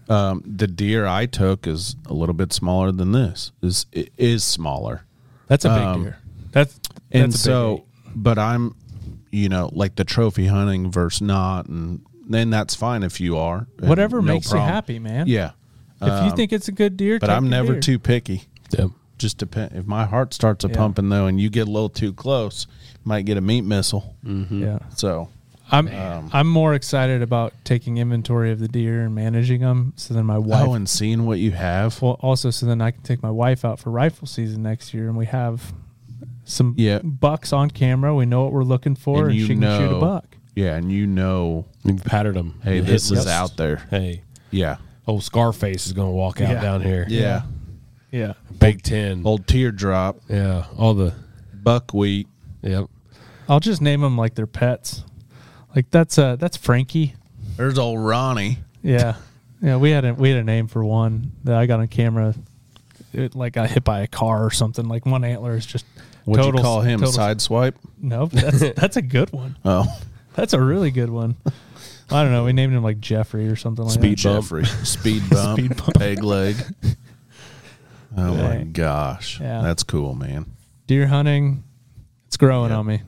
Speaker 1: Um, the deer I took is a little bit smaller than this. Is it is smaller,
Speaker 3: that's a big
Speaker 1: Um,
Speaker 3: deer. That's, that's a
Speaker 1: and
Speaker 3: big deer.
Speaker 1: so, but I'm, you know, like the trophy hunting versus not, and then that's fine if you are and
Speaker 3: whatever
Speaker 1: no
Speaker 3: makes
Speaker 1: problem.
Speaker 3: you happy, man.
Speaker 1: Yeah, um,
Speaker 3: If you think it's a good deer,
Speaker 1: but
Speaker 3: take
Speaker 1: I'm
Speaker 3: the
Speaker 1: never
Speaker 3: deer.
Speaker 1: too picky.
Speaker 4: Yeah.
Speaker 1: Just depend. If my heart starts a
Speaker 3: Yeah.
Speaker 1: pumping though, and you get a little too close, might get a meat missile.
Speaker 3: Yeah,
Speaker 1: So
Speaker 3: I'm
Speaker 1: Um,
Speaker 3: I'm more excited about taking inventory of the deer and managing them, so then my wife.
Speaker 1: oh, and seeing what you have.
Speaker 3: well, also, so then I can take my wife out for rifle season next year, and we have some
Speaker 1: Yeah.
Speaker 3: bucks on camera. We know what we're looking for,
Speaker 1: And
Speaker 3: and,
Speaker 1: you
Speaker 3: she can shoot
Speaker 1: know-
Speaker 3: a buck.
Speaker 1: Yeah, and you know,
Speaker 4: We've pattered them.
Speaker 1: hey,
Speaker 4: The
Speaker 1: this
Speaker 4: hit
Speaker 1: is
Speaker 4: list.
Speaker 1: out there.
Speaker 4: Hey,
Speaker 1: Yeah,
Speaker 4: old Scarface is going to walk out
Speaker 3: Yeah.
Speaker 4: down here.
Speaker 1: yeah.
Speaker 3: Yeah,
Speaker 4: Big Ten.
Speaker 1: Old teardrop.
Speaker 4: Yeah. All the.
Speaker 1: buckwheat.
Speaker 4: Yep.
Speaker 3: I'll just name them like their pets. Like that's uh that's Frankie.
Speaker 1: There's old Ronnie.
Speaker 3: Yeah, yeah. We had a we had a name for one that I got on camera. It like got hit by a car or something. Like one antler is just.
Speaker 1: Would
Speaker 3: total-
Speaker 1: you call him
Speaker 3: total-
Speaker 1: sideswipe?
Speaker 3: No, that's that's a good one.
Speaker 1: Oh,
Speaker 3: That's a really good one. I don't know. We named him like Jeffrey or something like
Speaker 1: speed
Speaker 3: that.
Speaker 1: bump. Speed bump.
Speaker 3: Speed bump.
Speaker 1: Peg leg. Oh my
Speaker 3: Dang.
Speaker 1: gosh,
Speaker 3: Yeah.
Speaker 1: that's cool, man.
Speaker 3: Deer hunting, it's growing on me.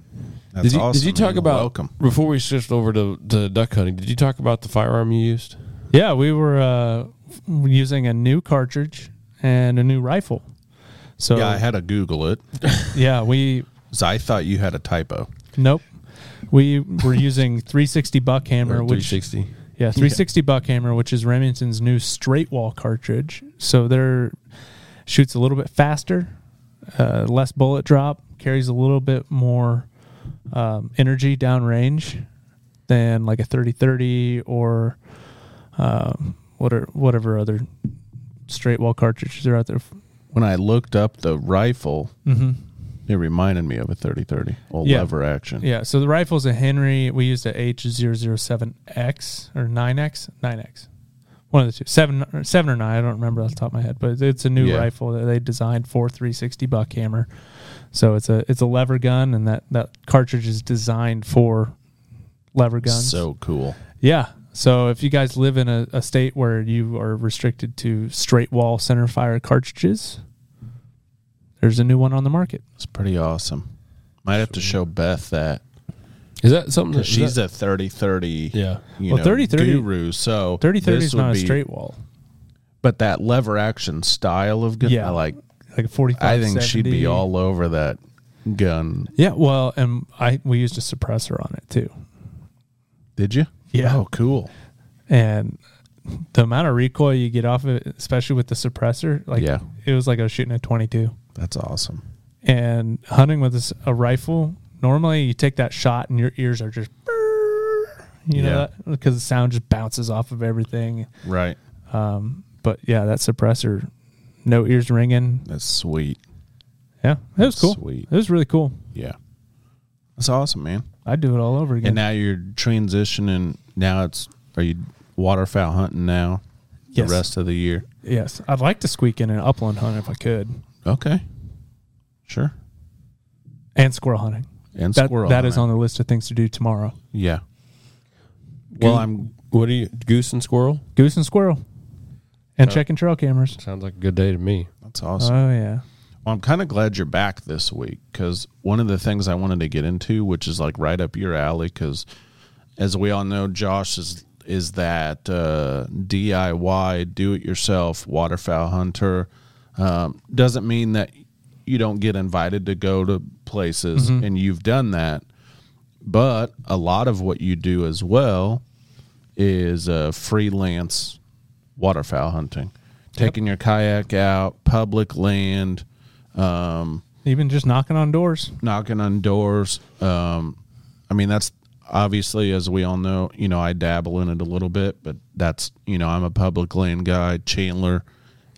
Speaker 1: That's
Speaker 4: Did you,
Speaker 1: awesome.
Speaker 4: did you talk
Speaker 1: man.
Speaker 4: about
Speaker 1: welcome?
Speaker 4: before we shift over to, to duck hunting? Did you talk about the firearm you used?
Speaker 3: Yeah, we were uh, using a new cartridge and a new rifle. So
Speaker 1: Yeah, I had to Google it.
Speaker 3: yeah, we
Speaker 1: 'cause I thought you had a typo.
Speaker 3: nope. We were using 360 buck hammer,
Speaker 4: Or
Speaker 3: which
Speaker 4: 360.
Speaker 3: Yeah, 360 Buckhammer, which is Remington's new straight wall cartridge. So they're shoots a little bit faster, uh, less bullet drop, carries a little bit more um, energy downrange than like a 30-30 or um, what are, whatever other straight wall cartridges are out there.
Speaker 1: When I looked up the rifle,
Speaker 3: Mm-hmm.
Speaker 1: it reminded me of a 30-30, old
Speaker 3: Yeah.
Speaker 1: lever action.
Speaker 3: Yeah, so the rifle's a Henry. We used a H007X or 9X, 9X. One of the two, seven, or seven or nine. I don't remember off the top of my head, but it's a new
Speaker 1: Yeah.
Speaker 3: rifle that they designed for 360 buck hammer. So it's a it's a lever gun, and that that cartridge is designed for lever guns.
Speaker 1: so cool.
Speaker 3: Yeah. So if you guys live in a, a state where you are restricted to straight wall center fire cartridges, there's a new one on the market.
Speaker 1: It's pretty awesome. Might have to show Beth that
Speaker 4: Is that something?
Speaker 1: 'cause
Speaker 4: That,
Speaker 1: she's
Speaker 4: is that,
Speaker 1: a 30-30
Speaker 4: yeah.
Speaker 1: you
Speaker 3: Well,
Speaker 1: know,
Speaker 3: 30-30
Speaker 1: guru. So
Speaker 3: 3030
Speaker 1: this
Speaker 3: is
Speaker 1: would
Speaker 3: not a
Speaker 1: be-
Speaker 3: straight wall.
Speaker 1: but that lever action style of gun,
Speaker 3: Yeah.
Speaker 1: I like
Speaker 3: like a 45
Speaker 1: I think she'd be
Speaker 3: 70.
Speaker 1: all over that gun.
Speaker 3: yeah well and i we used a suppressor on it too
Speaker 1: Did you?
Speaker 3: Yeah.
Speaker 1: Oh, cool.
Speaker 3: and the amount of recoil you get off of it especially with the suppressor like
Speaker 1: Yeah.
Speaker 3: it was like i was shooting a 22
Speaker 1: That's awesome.
Speaker 3: and hunting with this, a rifle normally you take that shot and your ears are just you know because the sound just bounces off of everything
Speaker 1: Right.
Speaker 3: um but yeah that suppressor no ears ringing
Speaker 1: That's sweet.
Speaker 3: yeah it was cool
Speaker 1: Sweet.
Speaker 3: it was really cool
Speaker 1: Yeah. That's awesome, man.
Speaker 3: i'd do it all over again
Speaker 1: And now you're transitioning. Now it's are you waterfowl hunting now?
Speaker 3: Yes.
Speaker 1: The rest of the year.
Speaker 3: yes i'd like to squeak in an upland hunt if i could
Speaker 1: Okay. Sure.
Speaker 3: and squirrel hunting.
Speaker 1: And
Speaker 3: That,
Speaker 1: squirrel.
Speaker 3: that is on
Speaker 1: hunting.
Speaker 3: the list of things to do tomorrow.
Speaker 1: Yeah. Well, I'm
Speaker 4: What are you? Goose and squirrel.
Speaker 3: Goose and squirrel, and
Speaker 1: Uh,
Speaker 4: Yeah.
Speaker 3: checking trail cameras.
Speaker 4: Sounds like a good day to me.
Speaker 1: that's awesome.
Speaker 3: Oh yeah,
Speaker 1: Well, I'm kind of glad you're back this week because one of the things I wanted to get into, which is like right up your alley, because as we all know, Josh is is that uh, DIY, do-it-yourself waterfowl hunter. Um, doesn't mean that you don't get invited to go to places, and you've done that. But a lot of what you do as well is uh, freelance waterfowl hunting, taking your kayak out, public land, um,
Speaker 3: even just knocking on doors.
Speaker 1: knocking on doors. Um, I mean, that's obviously, as we all know, you know, I dabble in it a little bit, but that's, you know, I'm a public land guy, Chandler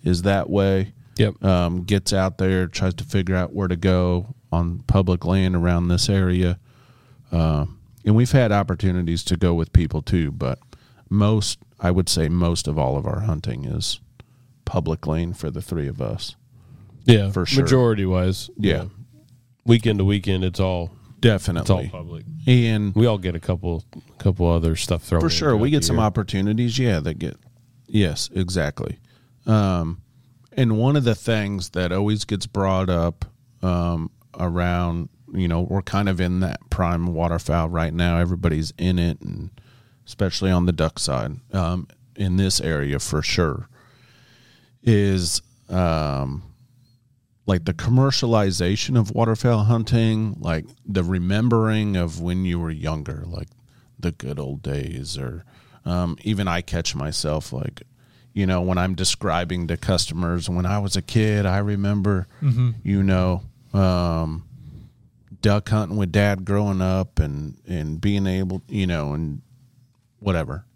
Speaker 1: is that way.
Speaker 4: Yep.
Speaker 1: Um, gets out there, tries to figure out where to go on public land around this area. Uh, and we've had opportunities to go with people too, but most, I would say, most of all of our hunting is public lane for the three of us.
Speaker 4: Yeah.
Speaker 1: For sure.
Speaker 4: Majority wise.
Speaker 1: Yeah,
Speaker 4: Weekend to weekend, it's all it's all
Speaker 1: definitely.
Speaker 4: public.
Speaker 1: And
Speaker 4: We all get a couple couple other stuff thrown
Speaker 1: for
Speaker 4: in
Speaker 1: sure we
Speaker 4: throughout
Speaker 1: get
Speaker 4: the
Speaker 1: some
Speaker 4: year.
Speaker 1: opportunities yeah that get yes exactly um and one of the things that always gets brought up um around you know we're kind of in that prime waterfowl right now everybody's in it and especially on the duck side um in this area for sure is um like the commercialization of waterfowl hunting, like the remembering of when you were younger, like the good old days, or um, even I catch myself like, you know, when I'm describing to customers when I was a kid, I remember, you know, um, duck hunting with dad growing up and and being able, you know, and whatever.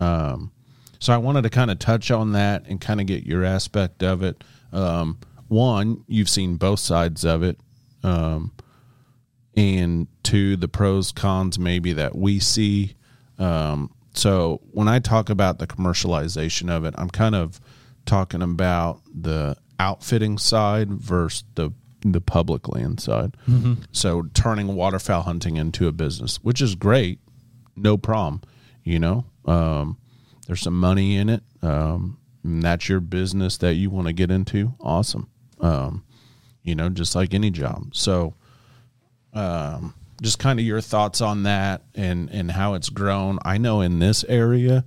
Speaker 1: So I wanted to kind of touch on that and kind of get your aspect of it. Um, one, you've seen both sides of it, um, and two, the pros cons maybe that we see. Um, so when I talk about the commercialization of it, I'm kind of talking about the outfitting side versus the the public land side. So turning waterfowl hunting into a business, which is great, no problem. You know, um, there's some money in it. Um, and that's your business that you want to get into. Awesome. Um, you know, just like any job. So, um, just kind of your thoughts on that and and how it's grown. I know in this area,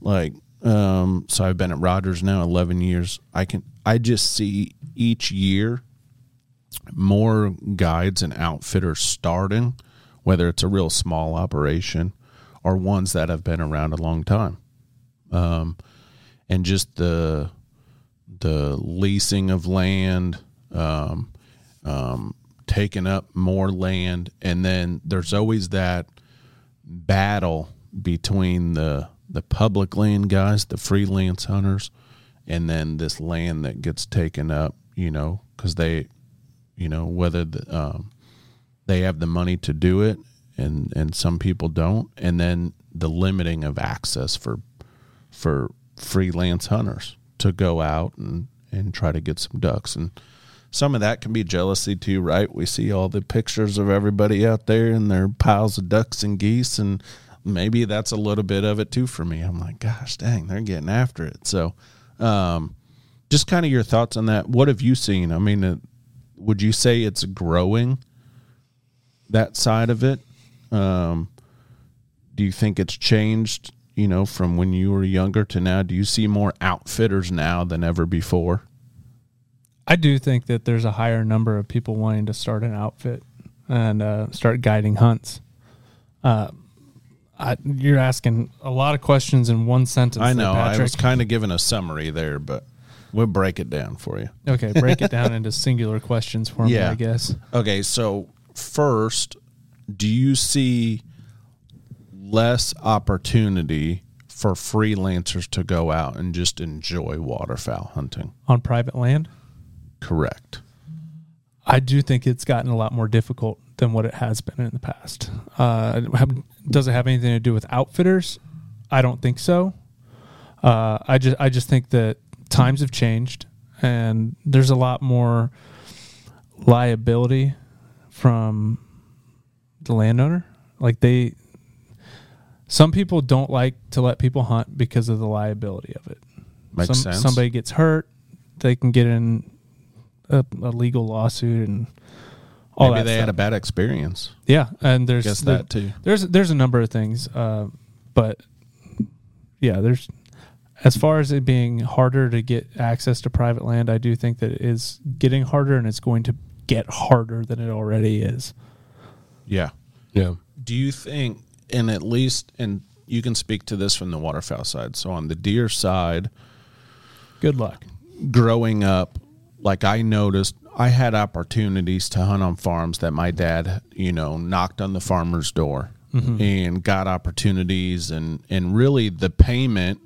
Speaker 1: like, um, so I've been at Rogers now 11 years. I can I just see each year more guides and outfitters starting, whether it's a real small operation or ones that have been around a long time. Um, and just the the leasing of land, um, um, taking up more land, and then there's always that battle between the the public land guys, the freelance hunters, and then this land that gets taken up, you know, because they, you know, whether the, um, they have the money to do it, and and some people don't, and then the limiting of access for for freelance hunters to go out and and try to get some ducks and some of that can be jealousy too right we see all the pictures of everybody out there and their piles of ducks and geese and maybe that's a little bit of it too for me i'm like gosh dang they're getting after it so um just kind of your thoughts on that what have you seen i mean uh, would you say it's growing that side of it um do you think it's changed you know from when you were younger to now do you see more outfitters now than ever before
Speaker 3: I do think that there's a higher number of people wanting to start an outfit and uh, start guiding hunts. Uh, I, you're asking a lot of questions in one sentence.
Speaker 1: i
Speaker 3: there,
Speaker 1: know i
Speaker 3: Patrick.
Speaker 1: was kind of giving a summary there but we'll break it down for you
Speaker 3: okay, break it down into singular questions for me,
Speaker 1: Yeah.
Speaker 3: I guess.
Speaker 1: okay so first do you see less opportunity for freelancers to go out and just enjoy waterfowl hunting
Speaker 3: On private land,
Speaker 1: correct
Speaker 3: I do think it's gotten a lot more difficult than what it has been in the past. Uh, it have- does it have anything to do with outfitters? I don't think so. Uh, I just I just think that times have changed, and there's a lot more liability from the landowner. Like they, some people don't like to let people hunt because of the liability of it.
Speaker 1: makes
Speaker 3: Some-
Speaker 1: sense
Speaker 3: Somebody gets hurt, they can get in a, a legal lawsuit and all
Speaker 1: maybe
Speaker 3: that.
Speaker 1: they had a
Speaker 3: stuff.
Speaker 1: bad experience
Speaker 3: yeah, and there's
Speaker 1: guess
Speaker 3: there-
Speaker 1: that too
Speaker 3: there's there's a number of things, uh, but yeah, there's as far as it being harder to get access to private land, I do think that it is getting harder, and it's going to get harder than it already is.
Speaker 1: yeah
Speaker 4: Yeah.
Speaker 1: do you think and at least and you can speak to this from the waterfowl side so on the deer side
Speaker 3: Good luck.
Speaker 1: growing up like i noticed i had opportunities to hunt on farms that my dad you know knocked on the farmer's door and got opportunities and and really the payment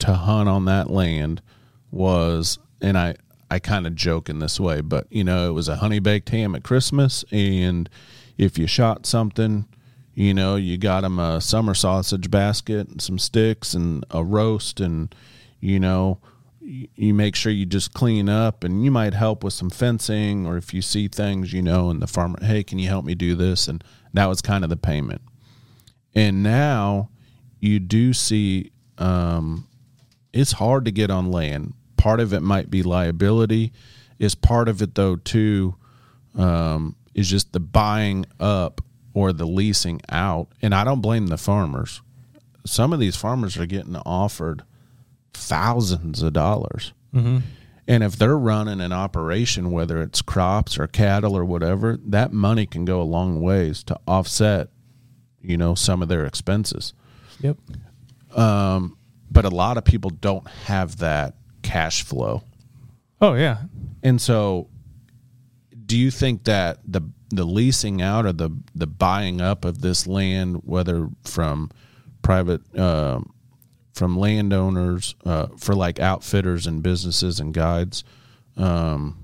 Speaker 1: to hunt on that land was, and I I kind of joke in this way, but you know, it was a honey baked ham at Christmas, and if you shot something, you know, you got them a summer sausage basket and some sticks and a roast, and you know. y- You make sure you just clean up, and you might help with some fencing, or if you see things, you know, and the farmer, hey, can you help me do this? And that was kind of the payment and now you do see um, it's hard to get on land part of it might be liability is part of it though too um, is just the buying up or the leasing out and i don't blame the farmers some of these farmers are getting offered thousands of dollars and if they're running an operation, whether it's crops or cattle or whatever, that money can go a long ways to offset, you know, some of their expenses.
Speaker 3: Yep.
Speaker 1: But a lot of people don't have that cash flow.
Speaker 3: Oh yeah.
Speaker 1: And so do you think that the the leasing out or the the buying up of this land, whether from private um, from landowners uh, for like outfitters and businesses and guides, um,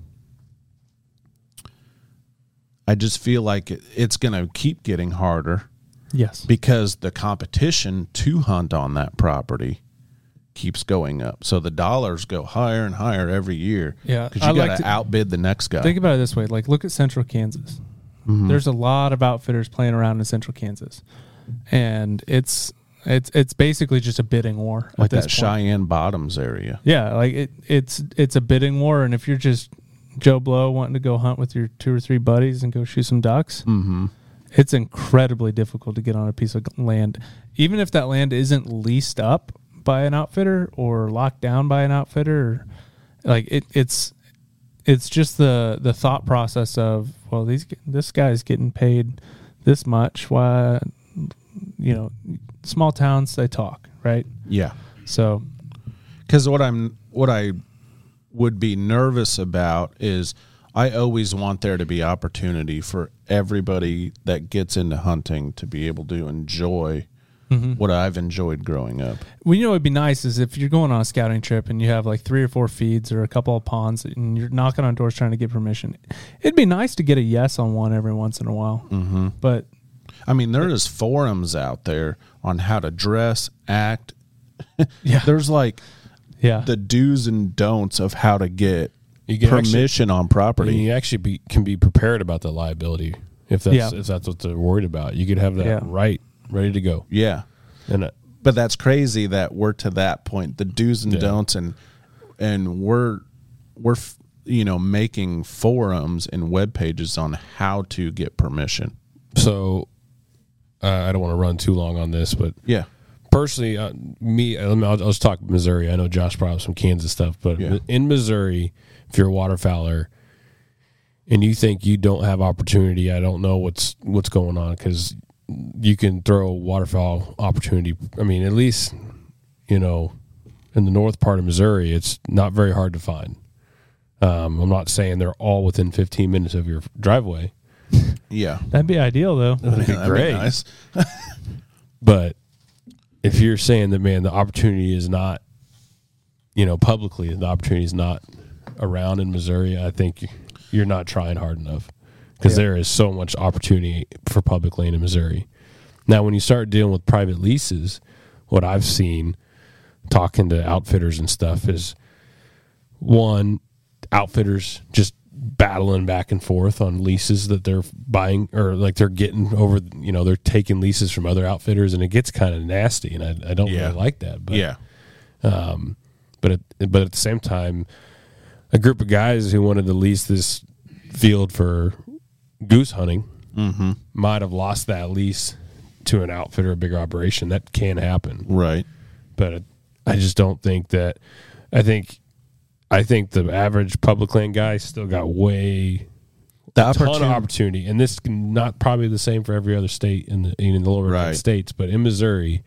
Speaker 1: I just feel like it, it's going to keep getting harder
Speaker 3: Yes.
Speaker 1: because the competition to hunt on that property keeps going up. So the dollars go higher and higher every year.
Speaker 3: Yeah,
Speaker 1: because
Speaker 3: I
Speaker 1: you
Speaker 3: like
Speaker 1: got to
Speaker 3: to-
Speaker 1: outbid the next guy.
Speaker 3: Think about it this way: like, look at Central Kansas.
Speaker 1: Mm-hmm.
Speaker 3: There's a lot of outfitters playing around in Central Kansas, and it's it's it's basically just a bidding war.
Speaker 1: like
Speaker 3: at this
Speaker 1: that
Speaker 3: point.
Speaker 1: Cheyenne Bottoms area.
Speaker 3: Yeah, like it, it's it's a bidding war, and if you're just Joe Blow wanting to go hunt with your two or three buddies and go shoot some ducks, mm-hmm. it's incredibly difficult to get on a piece of land, even if that land isn't leased up by an outfitter or locked down by an outfitter. Or, like it, it's it's just the the thought process of well, these this guy's getting paid this much. Why, you know, small towns they talk right.
Speaker 1: Yeah,
Speaker 3: So
Speaker 1: because what I'm what I would be nervous about is I always want there to be opportunity for everybody that gets into hunting to be able to enjoy
Speaker 3: Mm-hmm.
Speaker 1: what I've enjoyed growing up.
Speaker 3: Well, you know, it'd be nice is if you're going on a scouting trip and you have like three or four feeds or a couple of ponds and you're knocking on doors trying to get permission. It'd be nice to get a yes on one every once in a while. Mm-hmm. But
Speaker 1: I mean, there is forums out there on how to dress, act.
Speaker 3: Yeah.
Speaker 1: There's like
Speaker 3: yeah,
Speaker 1: the do's and don'ts of how to get
Speaker 4: You can
Speaker 1: permission on property.
Speaker 4: And you actually be, can be prepared about the liability if that's
Speaker 3: Yeah.
Speaker 4: if that's what they're worried about. You could have that
Speaker 3: Yeah.
Speaker 4: right ready to go.
Speaker 1: Yeah.
Speaker 4: And uh,
Speaker 1: But that's crazy that we're to that point, the do's and
Speaker 4: Yeah.
Speaker 1: don'ts and and we're we're f- you know making forums and web pages on how to get permission.
Speaker 4: so uh, I don't want to run too long on this, but
Speaker 1: Yeah.
Speaker 4: personally, uh, me, I mean, I'll, I'll just talk Missouri. I know Josh brought up some Kansas stuff, but
Speaker 1: Yeah.
Speaker 4: in Missouri, if you're a waterfowler and you think you don't have opportunity, I don't know what's what's going on because you can throw waterfowl opportunity. I mean, at least you know in the north part of Missouri, it's not very hard to find. Um, I'm not saying they're all within 15 minutes of your driveway,
Speaker 1: Yeah.
Speaker 3: that'd be ideal though.
Speaker 1: That'd be
Speaker 4: great.
Speaker 1: nice.
Speaker 4: But if you're saying that, man, the opportunity is not, you know, publicly, the opportunity is not around in Missouri, I think you're not trying hard enough because there is so much opportunity for public land in Missouri. Now, when you start dealing with private leases, what I've seen talking to outfitters and stuff is one, outfitters just battling back and forth on leases that they're buying or like they're getting over, you know, they're taking leases from other outfitters and it gets kind of nasty. And I, I don't
Speaker 1: Yeah.
Speaker 4: really like that. But
Speaker 1: Yeah.
Speaker 4: but at, but at the same time, a group of guys who wanted to lease this field for goose hunting might have lost that lease to an outfitter, a bigger operation. That can happen,
Speaker 1: Right.
Speaker 4: but I just don't think that. I think, I think the average public land guy still got way
Speaker 1: The
Speaker 4: ton of
Speaker 1: opportunity
Speaker 4: opportunity, and this can not probably the same for every other state in the in the lower
Speaker 1: Right.
Speaker 4: states, but in Missouri,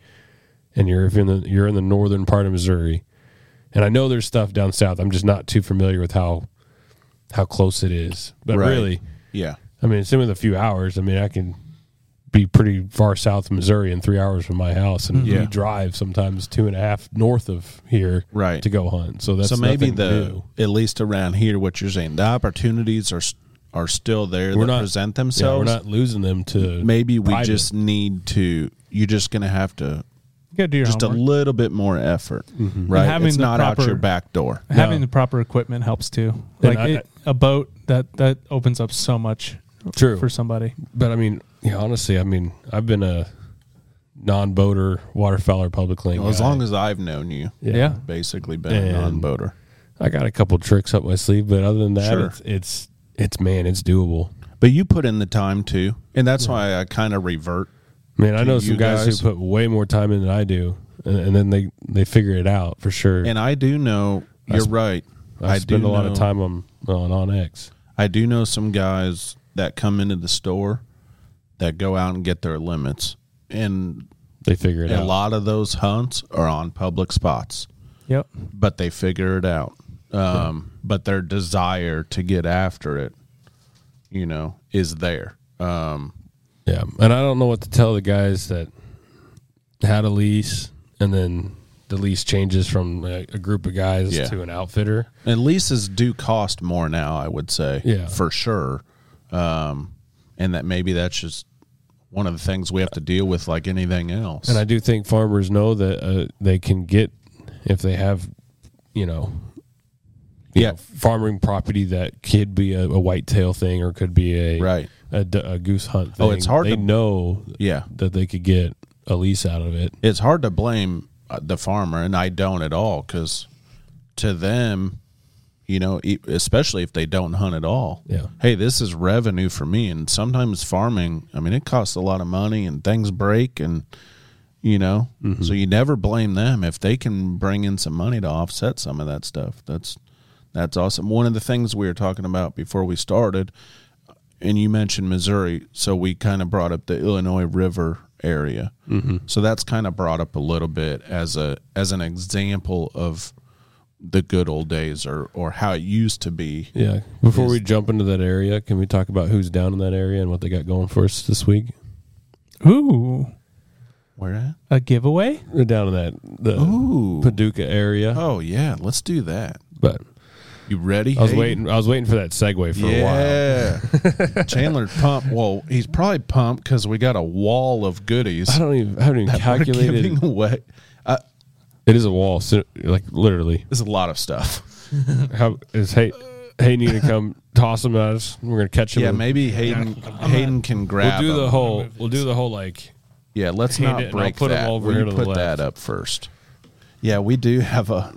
Speaker 4: and you're if you're in the you're in the northern part of Missouri, and I know there's stuff down south. I'm just not too familiar with how how close it is, but
Speaker 1: Right.
Speaker 4: really,
Speaker 1: Yeah.
Speaker 4: I mean, it's in with a few hours. I mean, I can be pretty far south of Missouri and three hours from my house, and
Speaker 1: Mm-hmm. Yeah.
Speaker 4: we drive sometimes two and a half north of here
Speaker 1: Right.
Speaker 4: to go hunt. So that's
Speaker 1: so maybe
Speaker 4: nothing
Speaker 1: the
Speaker 4: new.
Speaker 1: at least around here, what you're saying, the opportunities are s- are still there
Speaker 4: We're
Speaker 1: that
Speaker 4: not-
Speaker 1: present
Speaker 4: Yeah, we're
Speaker 1: themselves.
Speaker 4: not losing them to
Speaker 1: maybe we
Speaker 4: private.
Speaker 1: just need to. You're just gonna have to
Speaker 3: You gotta do your
Speaker 1: just a
Speaker 3: homework.
Speaker 1: little bit more effort, right?
Speaker 3: And having
Speaker 1: it's
Speaker 3: the
Speaker 1: not out
Speaker 3: proper-
Speaker 1: your back door.
Speaker 3: Having
Speaker 4: No.
Speaker 3: the proper equipment helps too. Like
Speaker 4: I-
Speaker 3: it, a boat that that opens up so much
Speaker 4: True.
Speaker 3: for somebody.
Speaker 4: But I mean, yeah, honestly, I mean, I've been a non-boater waterfowler public lane.
Speaker 1: Well, as
Speaker 4: guy.
Speaker 1: long as I've known you,
Speaker 4: Yeah.
Speaker 3: Yeah.
Speaker 1: basically been a
Speaker 4: And-
Speaker 1: non-boater.
Speaker 4: I got a couple tricks up my sleeve, but other than that,
Speaker 1: Sure.
Speaker 4: it's, it's it's man, it's doable.
Speaker 1: But you put in the time too, and that's why I kind of revert.
Speaker 4: I mean, I
Speaker 1: To
Speaker 4: know some
Speaker 1: you
Speaker 4: guys,
Speaker 1: guys.
Speaker 4: who put way more time in than I do, and, and then they they figure it out for sure.
Speaker 1: And I do know
Speaker 4: I
Speaker 1: you're
Speaker 4: sp-
Speaker 1: right.
Speaker 4: I, spend
Speaker 1: do
Speaker 4: a lot of
Speaker 1: know-
Speaker 4: time on on on X.
Speaker 1: I do know some guys that come into the store that go out and get their limits, and
Speaker 4: They figure it
Speaker 1: a
Speaker 4: out.
Speaker 1: lot of those hunts are on public spots,
Speaker 3: Yep.
Speaker 1: but they figure it out. Um, But their desire to get after it, you know, is there. Um,
Speaker 4: Yeah, and I don't know what to tell the guys that had a lease, and then the lease changes from a, a group of guys
Speaker 1: Yeah.
Speaker 4: to an outfitter.
Speaker 1: and leases do cost more now, I would say,
Speaker 4: Yeah.
Speaker 1: for sure. Um, and that maybe that's just one of the things we have to deal with, like anything else.
Speaker 4: And I do think farmers know that uh, they can get if they have, you know, you
Speaker 1: Yeah.
Speaker 4: know, farming property that could be a, a whitetail thing or could be a
Speaker 1: Right.
Speaker 4: a, d- a goose hunt. Thing.
Speaker 1: Oh, it's hard
Speaker 4: They
Speaker 1: to-
Speaker 4: know
Speaker 1: yeah.
Speaker 4: that they could get a lease out of it.
Speaker 1: it's hard to blame uh, the farmer, and I don't at all because to them, you know, e- especially if they don't hunt at all,
Speaker 4: Yeah.
Speaker 1: Hey, this is revenue for me, and sometimes farming. I mean, it costs a lot of money, and things break, and you know, so you never blame them if they can bring in some money to offset some of that stuff. That's that's awesome. One of the things we were talking about before we started and you mentioned Missouri, so we kind of brought up the Illinois River area. Mm-hmm. So that's kind of brought up a little bit as a as an example of the good old days, or or how it used to be.
Speaker 4: Yeah. Before we jump into that area, can we talk about who's down in that area and what they got going for us this week?
Speaker 3: Ooh,
Speaker 1: Where at?
Speaker 3: a giveaway.
Speaker 4: We're down in that the
Speaker 1: Ooh.
Speaker 4: Paducah area.
Speaker 1: Oh yeah, let's do that.
Speaker 4: But
Speaker 1: You ready?
Speaker 4: I was
Speaker 1: Hayden?
Speaker 4: waiting. I was waiting for that segue for a while.
Speaker 1: yeah. Chandler pumped. Well, he's probably pumped because we got a wall of goodies
Speaker 4: I don't even. I haven't even
Speaker 1: we're
Speaker 4: calculated.
Speaker 1: giving away. Uh,
Speaker 4: It is a wall, so, like literally.
Speaker 1: there's a lot of stuff.
Speaker 4: How is hey hey need to come toss them at us? We're gonna catch them.
Speaker 1: Yeah, maybe Hayden Hayden can
Speaker 4: we'll
Speaker 1: grab.
Speaker 4: do the
Speaker 1: them.
Speaker 4: whole. We'll do the whole like.
Speaker 1: Yeah, let's
Speaker 4: Hand
Speaker 1: not
Speaker 4: it and I'll
Speaker 1: break
Speaker 4: put 'em
Speaker 1: that.
Speaker 4: over
Speaker 1: Will
Speaker 4: here
Speaker 1: you
Speaker 4: to the
Speaker 1: put
Speaker 4: left.
Speaker 1: that up first? Yeah, we do have a.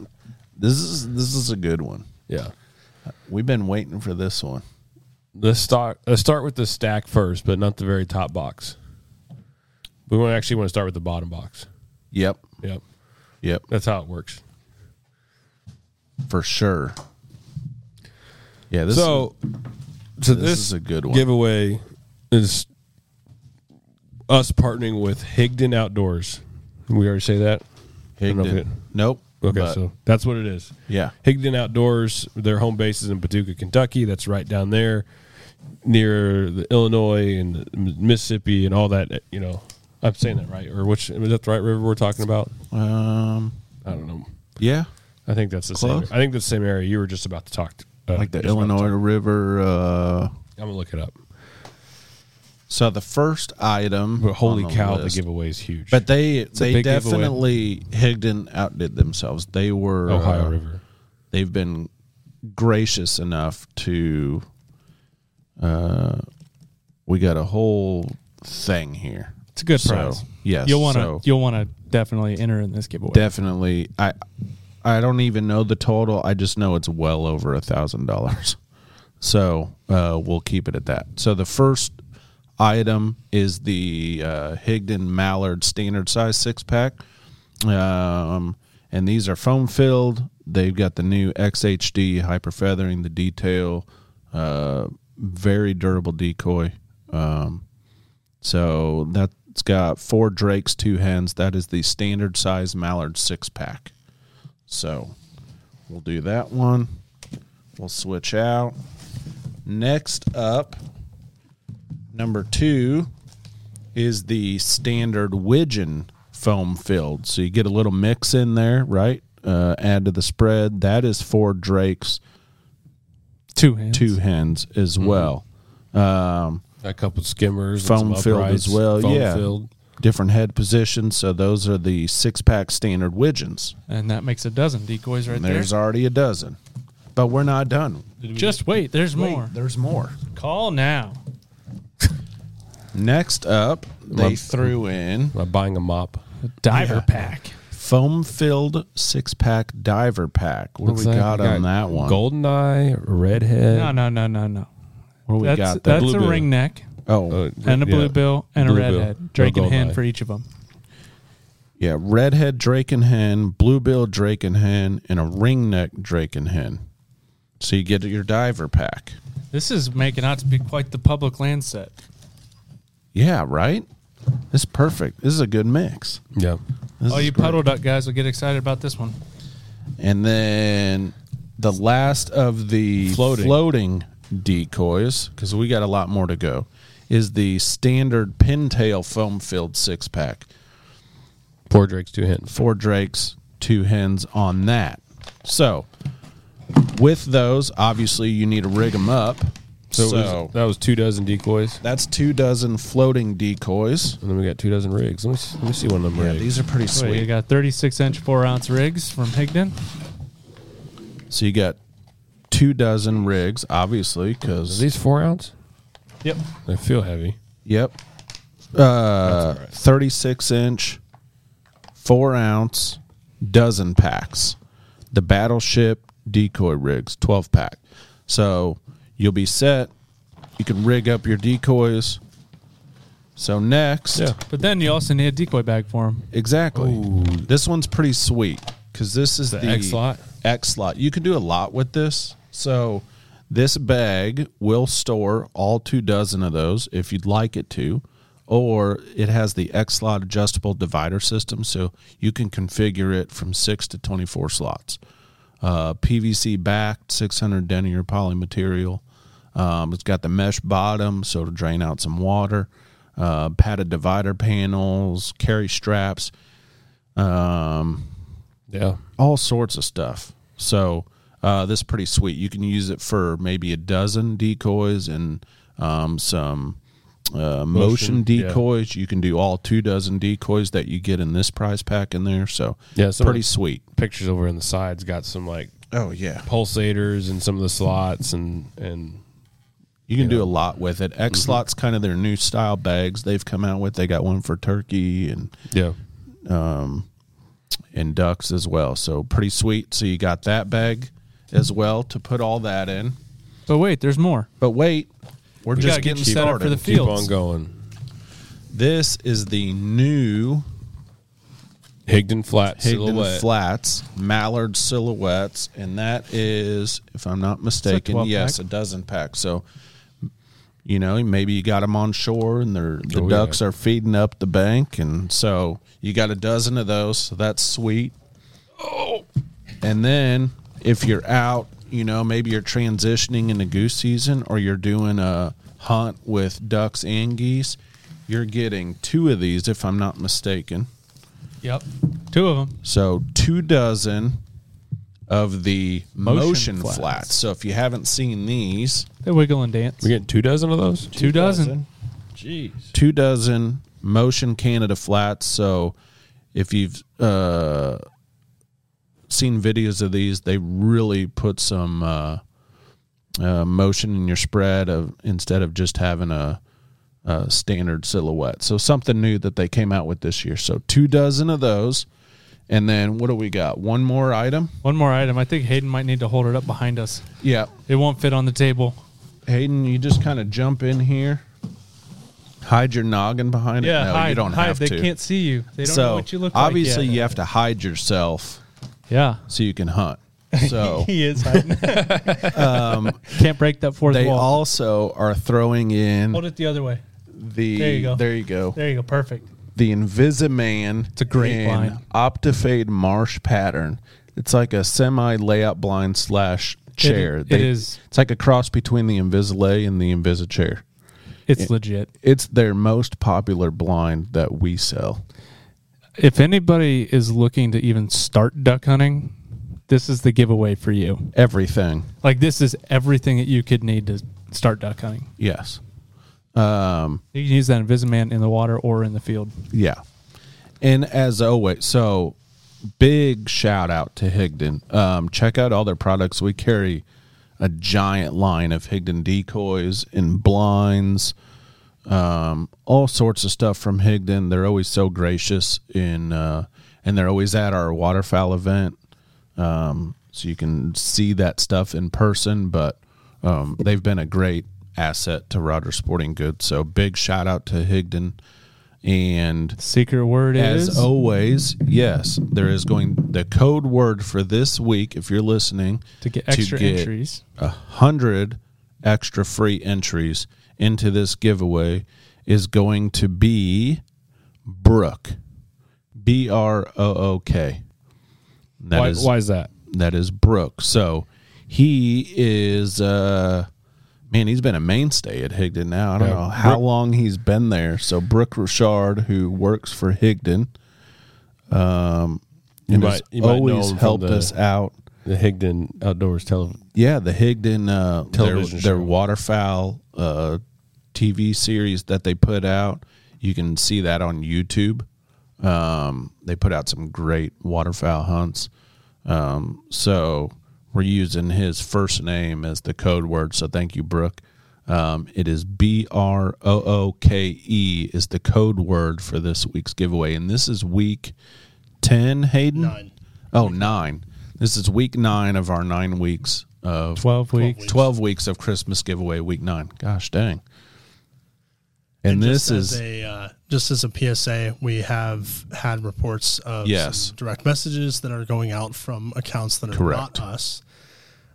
Speaker 1: This is this is a good one.
Speaker 4: Yeah.
Speaker 1: We've been waiting for this one.
Speaker 4: Let's start. Let's uh, start with the stack first, but not the very top box. We want actually want to start with the bottom box.
Speaker 1: Yep,
Speaker 4: Yep,
Speaker 1: yep,
Speaker 4: that's how it works.
Speaker 1: for sure. Yeah, this
Speaker 4: so, so
Speaker 1: this
Speaker 4: this,
Speaker 1: is a good one.
Speaker 4: Giveaway is us partnering with Higdon Outdoors. We already say that.
Speaker 1: is
Speaker 4: don't know if
Speaker 1: Higdon.
Speaker 4: it-
Speaker 1: Nope.
Speaker 4: Okay,
Speaker 1: but
Speaker 4: so that's what it is.
Speaker 1: yeah,
Speaker 4: Higdon Outdoors, their home base is in Paducah, Kentucky. That's right down there near the Illinois and the Mississippi and all that. You know, I'm saying that right. Or which is that the right river we're talking about?
Speaker 1: um,
Speaker 4: I don't know.
Speaker 1: yeah,
Speaker 4: I think that's the
Speaker 1: Close.
Speaker 4: same. I think that's the same area you were just about to talk to. uh,
Speaker 1: like the
Speaker 4: just about to
Speaker 1: Illinois
Speaker 4: talk-
Speaker 1: River. Uh,
Speaker 4: I'm going to look it up.
Speaker 1: so the first item,
Speaker 4: But holy
Speaker 1: on
Speaker 4: cow,
Speaker 1: list-
Speaker 4: the giveaway is huge.
Speaker 1: But they
Speaker 4: a
Speaker 1: they
Speaker 4: big giveaway.
Speaker 1: definitely Higdon outdid themselves. They were
Speaker 4: Ohio
Speaker 1: uh,
Speaker 4: River.
Speaker 1: they've been gracious enough to uh we got a whole thing here
Speaker 3: It's a good
Speaker 1: So,
Speaker 3: prize.
Speaker 1: yes,
Speaker 3: you'll want to
Speaker 1: so-
Speaker 3: you'll want to definitely enter in this giveaway.
Speaker 1: definitely i i don't even know the total i just know it's well over a thousand dollars so uh we'll keep it at that so the first item is the uh higdon mallard standard size six pack um and these are foam filled they've got the new xhd hyper feathering the detail uh very durable decoy um so that's got four drakes, two hens. That is the standard size mallard six pack. So we'll do that one. We'll switch out. Next up, number two is the standard widgeon foam filled. So you get a little mix in there, right? Uh, add to the spread. That is for Drake's
Speaker 3: Two hands.
Speaker 1: two hens as well. Um,
Speaker 4: A couple skimmers, and
Speaker 1: Foam
Speaker 4: some
Speaker 1: filled
Speaker 4: uprights,
Speaker 1: as well,
Speaker 4: Foam
Speaker 1: yeah.
Speaker 4: filled.
Speaker 1: different head positions. So those are the six pack standard widgeons.
Speaker 3: And that makes a dozen decoys right
Speaker 1: And
Speaker 3: there.
Speaker 1: there's already a dozen, but we're not done.
Speaker 3: Just wait, there's more.
Speaker 1: Wait, there's more.
Speaker 3: Call now.
Speaker 1: Next up, they
Speaker 4: Well,
Speaker 1: threw in
Speaker 4: Am I buying a mop?
Speaker 3: The diver pack.
Speaker 1: foam filled six pack diver pack. What do we
Speaker 4: Looks like
Speaker 1: got
Speaker 4: we
Speaker 1: on that one?
Speaker 4: Golden eye, redhead.
Speaker 3: No, no, no, no, no.
Speaker 1: What do we
Speaker 3: that's
Speaker 1: got there?
Speaker 3: that's a
Speaker 4: Bluebill.
Speaker 3: ring neck
Speaker 1: oh,
Speaker 4: Uh,
Speaker 3: and a
Speaker 4: yeah.
Speaker 3: bluebill and
Speaker 4: Bluebill.
Speaker 3: a
Speaker 4: No
Speaker 3: redhead. Drake and
Speaker 4: gold
Speaker 3: hen
Speaker 4: eye.
Speaker 3: for each of them.
Speaker 1: yeah, redhead Drakenhen, bluebill Drakenhen, and a ringneck Drakenhen. So you get your diver pack.
Speaker 3: This is making out to be quite the public land set.
Speaker 1: Yeah, right. This is perfect. This is a good mix.
Speaker 4: Yeah.
Speaker 1: This
Speaker 3: All
Speaker 1: is
Speaker 3: Oh, you
Speaker 1: great.
Speaker 3: puddle duck guys will get excited about this one.
Speaker 1: And then the last of the
Speaker 4: Floating.
Speaker 1: floating decoys, because we got a lot more to go, is the standard pintail foam filled six pack.
Speaker 4: Poor Drake's two hens.
Speaker 1: Four drakes, two hens on that. So with those, obviously you need to rig them up.
Speaker 4: So,
Speaker 1: So,
Speaker 4: it was, that was two dozen decoys,
Speaker 1: that's two dozen floating decoys.
Speaker 4: and then we got two dozen rigs. Let me see, let me see one of them
Speaker 1: Yeah,
Speaker 4: rigs.
Speaker 1: these are pretty
Speaker 3: So you
Speaker 1: sweet.
Speaker 3: got 36 inch, 4 ounce rigs from Higdon.
Speaker 1: So you got two dozen rigs, obviously, because
Speaker 4: Are these four ounce?
Speaker 3: Yep.
Speaker 4: They feel heavy.
Speaker 1: Yep. Uh, 36 inch, four ounce, dozen packs. The battleship decoy rigs, 12 pack. So you'll be set. You can rig up your decoys. So next,
Speaker 4: Yeah.
Speaker 3: But then you also need a decoy bag for them.
Speaker 1: exactly. This one's pretty sweet because this is the,
Speaker 4: X lot?
Speaker 1: X slot. You can do a lot with this. So this bag will store all two dozen of those if you'd like it to, or it has the X slot adjustable divider system, so you can configure it from six to twenty four slots. Uh, PVC backed, six hundred denier poly material. Um, it's got the mesh bottom, so to drain out some water. Uh, padded divider panels, carry straps. Um,
Speaker 4: Yeah.
Speaker 1: all sorts of stuff. So uh, this is pretty sweet. You can use it for maybe a dozen decoys and um, some uh, motion,
Speaker 4: Motion, yeah.
Speaker 1: decoys. You can do all two dozen decoys that you get in this prize pack in there. So
Speaker 4: Yeah, so-
Speaker 1: pretty sweet.
Speaker 4: Pictures over on the sides got some like
Speaker 1: Oh yeah,
Speaker 4: pulsators and some of the slots and and
Speaker 1: you can do a lot with it. X slots kind of their new style bags they've come out with. They got one for turkey and
Speaker 4: yeah.
Speaker 1: and ducks as well. So pretty sweet. So you got that bag as well to put all that in.
Speaker 3: But wait, there's more.
Speaker 1: But wait, we're just
Speaker 3: gotta get
Speaker 1: getting
Speaker 3: you set up
Speaker 1: started
Speaker 3: for the
Speaker 4: Keep
Speaker 3: Fields.
Speaker 4: on going.
Speaker 1: This is the new
Speaker 4: Higdon flat
Speaker 1: Higdon
Speaker 4: silhouette.
Speaker 1: Flats Mallard Silhouettes, and that is, if I'm not mistaken,
Speaker 3: 12
Speaker 1: yes,
Speaker 3: pack.
Speaker 1: a dozen pack. So, you know, maybe you got them on shore, and they're, the
Speaker 4: Oh, yeah.
Speaker 1: ducks are feeding up the bank, and so you got a dozen of those. So that's sweet.
Speaker 4: Oh.
Speaker 1: And then if you're out, you know, maybe you're transitioning into goose season or you're doing a hunt with ducks and geese, you're getting two of these, if I'm not mistaken.
Speaker 3: Yep. Two of them.
Speaker 1: So two dozen of the motion,
Speaker 3: Motion
Speaker 1: flats.
Speaker 3: flats.
Speaker 1: So if you haven't seen these,
Speaker 3: They wiggle and dance.
Speaker 4: We getting two dozen of those?
Speaker 3: two dozen.
Speaker 4: Jeez.
Speaker 1: two dozen motion Canada flats. So if you've uh, seen videos of these, they really put some uh, uh, motion in your spread of instead of just having a, a standard silhouette. So something new that they came out with this year. So two dozen of those. And then what do we got? One more item?
Speaker 3: One more item. I think Hayden might need to hold it up behind us.
Speaker 1: Yeah.
Speaker 3: It won't fit on the table.
Speaker 1: Hayden, you just kind of jump in here. Hide your noggin behind it.
Speaker 3: Yeah,
Speaker 1: no,
Speaker 3: hide.
Speaker 1: you don't
Speaker 3: hide.
Speaker 1: have
Speaker 3: they
Speaker 1: to.
Speaker 3: can't see you. They don't know what you look
Speaker 1: obviously
Speaker 3: like.
Speaker 1: you have to hide yourself
Speaker 3: yeah.
Speaker 1: so you can hunt. So
Speaker 3: He is hiding. um, can't break that fourth
Speaker 1: they
Speaker 3: wall.
Speaker 1: also are throwing in
Speaker 3: hold it the other way.
Speaker 1: the
Speaker 3: there you go.
Speaker 1: there you go
Speaker 3: There you go. Perfect.
Speaker 1: the Invisiman. It's
Speaker 3: a great line.
Speaker 1: Optifade marsh pattern. It's like a semi layout blind slash chair.
Speaker 3: it is.
Speaker 1: It's like a cross between the Invisilay and the Invisichair.
Speaker 3: It's legit.
Speaker 1: It's their most popular blind that we sell.
Speaker 3: If anybody is looking to even start duck hunting, this is the giveaway for you.
Speaker 1: Everything.
Speaker 3: Like this is everything that you could need to start duck hunting.
Speaker 1: Yes. Um,
Speaker 3: You can use that Invisiman in the water or in the field.
Speaker 1: yeah. And as always, so big shout out to Higdon. Um, check out all their products. We carry a giant line of Higdon decoys and blinds, um, all sorts of stuff from Higdon. They're always so gracious in, uh, and they're always at our waterfowl event. um, so you can see that stuff in person. But um, they've been a great asset to Roger Sporting Goods. So big shout out to Higdon. And
Speaker 3: Secret word
Speaker 1: as
Speaker 3: is
Speaker 1: always, yes, there is going the code word for this week. If you're listening,
Speaker 3: to get extra
Speaker 1: get
Speaker 3: entries.
Speaker 1: a hundred extra free entries into this giveaway is going to be Brooke, B R O O K. That
Speaker 4: why,
Speaker 1: is-
Speaker 4: why is that?
Speaker 1: that is Brooke. So he is uh man, he's been a mainstay at Higdon now. I don't
Speaker 4: Yeah.
Speaker 1: know how long he's been there. So Brooke Richard, who works for Higdon, um and
Speaker 4: might-
Speaker 1: has
Speaker 4: you might know
Speaker 1: always
Speaker 4: him from
Speaker 1: helped
Speaker 4: the-
Speaker 1: us out.
Speaker 4: The Higdon Outdoors Television.
Speaker 1: Yeah, the Higdon uh their,
Speaker 4: Television
Speaker 1: their
Speaker 4: show.
Speaker 1: waterfowl uh TV series that they put out. You can see that on YouTube. Um they put out some great waterfowl hunts. Um, so we're using his first name as the code word. So thank you, Brooke. Um, it is B R O O K E is the code word for this week's giveaway, and this is week ten. Hayden,
Speaker 2: Nine.
Speaker 1: Oh, nine. This is week nine of our nine weeks of
Speaker 3: 12 weeks.
Speaker 1: twelve weeks of Christmas giveaway. Week nine. Gosh dang. And
Speaker 2: Just
Speaker 1: this
Speaker 2: as
Speaker 1: is
Speaker 2: a uh, just as a PSA, we have had reports of
Speaker 1: Yes.
Speaker 2: some direct messages that are going out from accounts that are
Speaker 1: Correct.
Speaker 2: not us.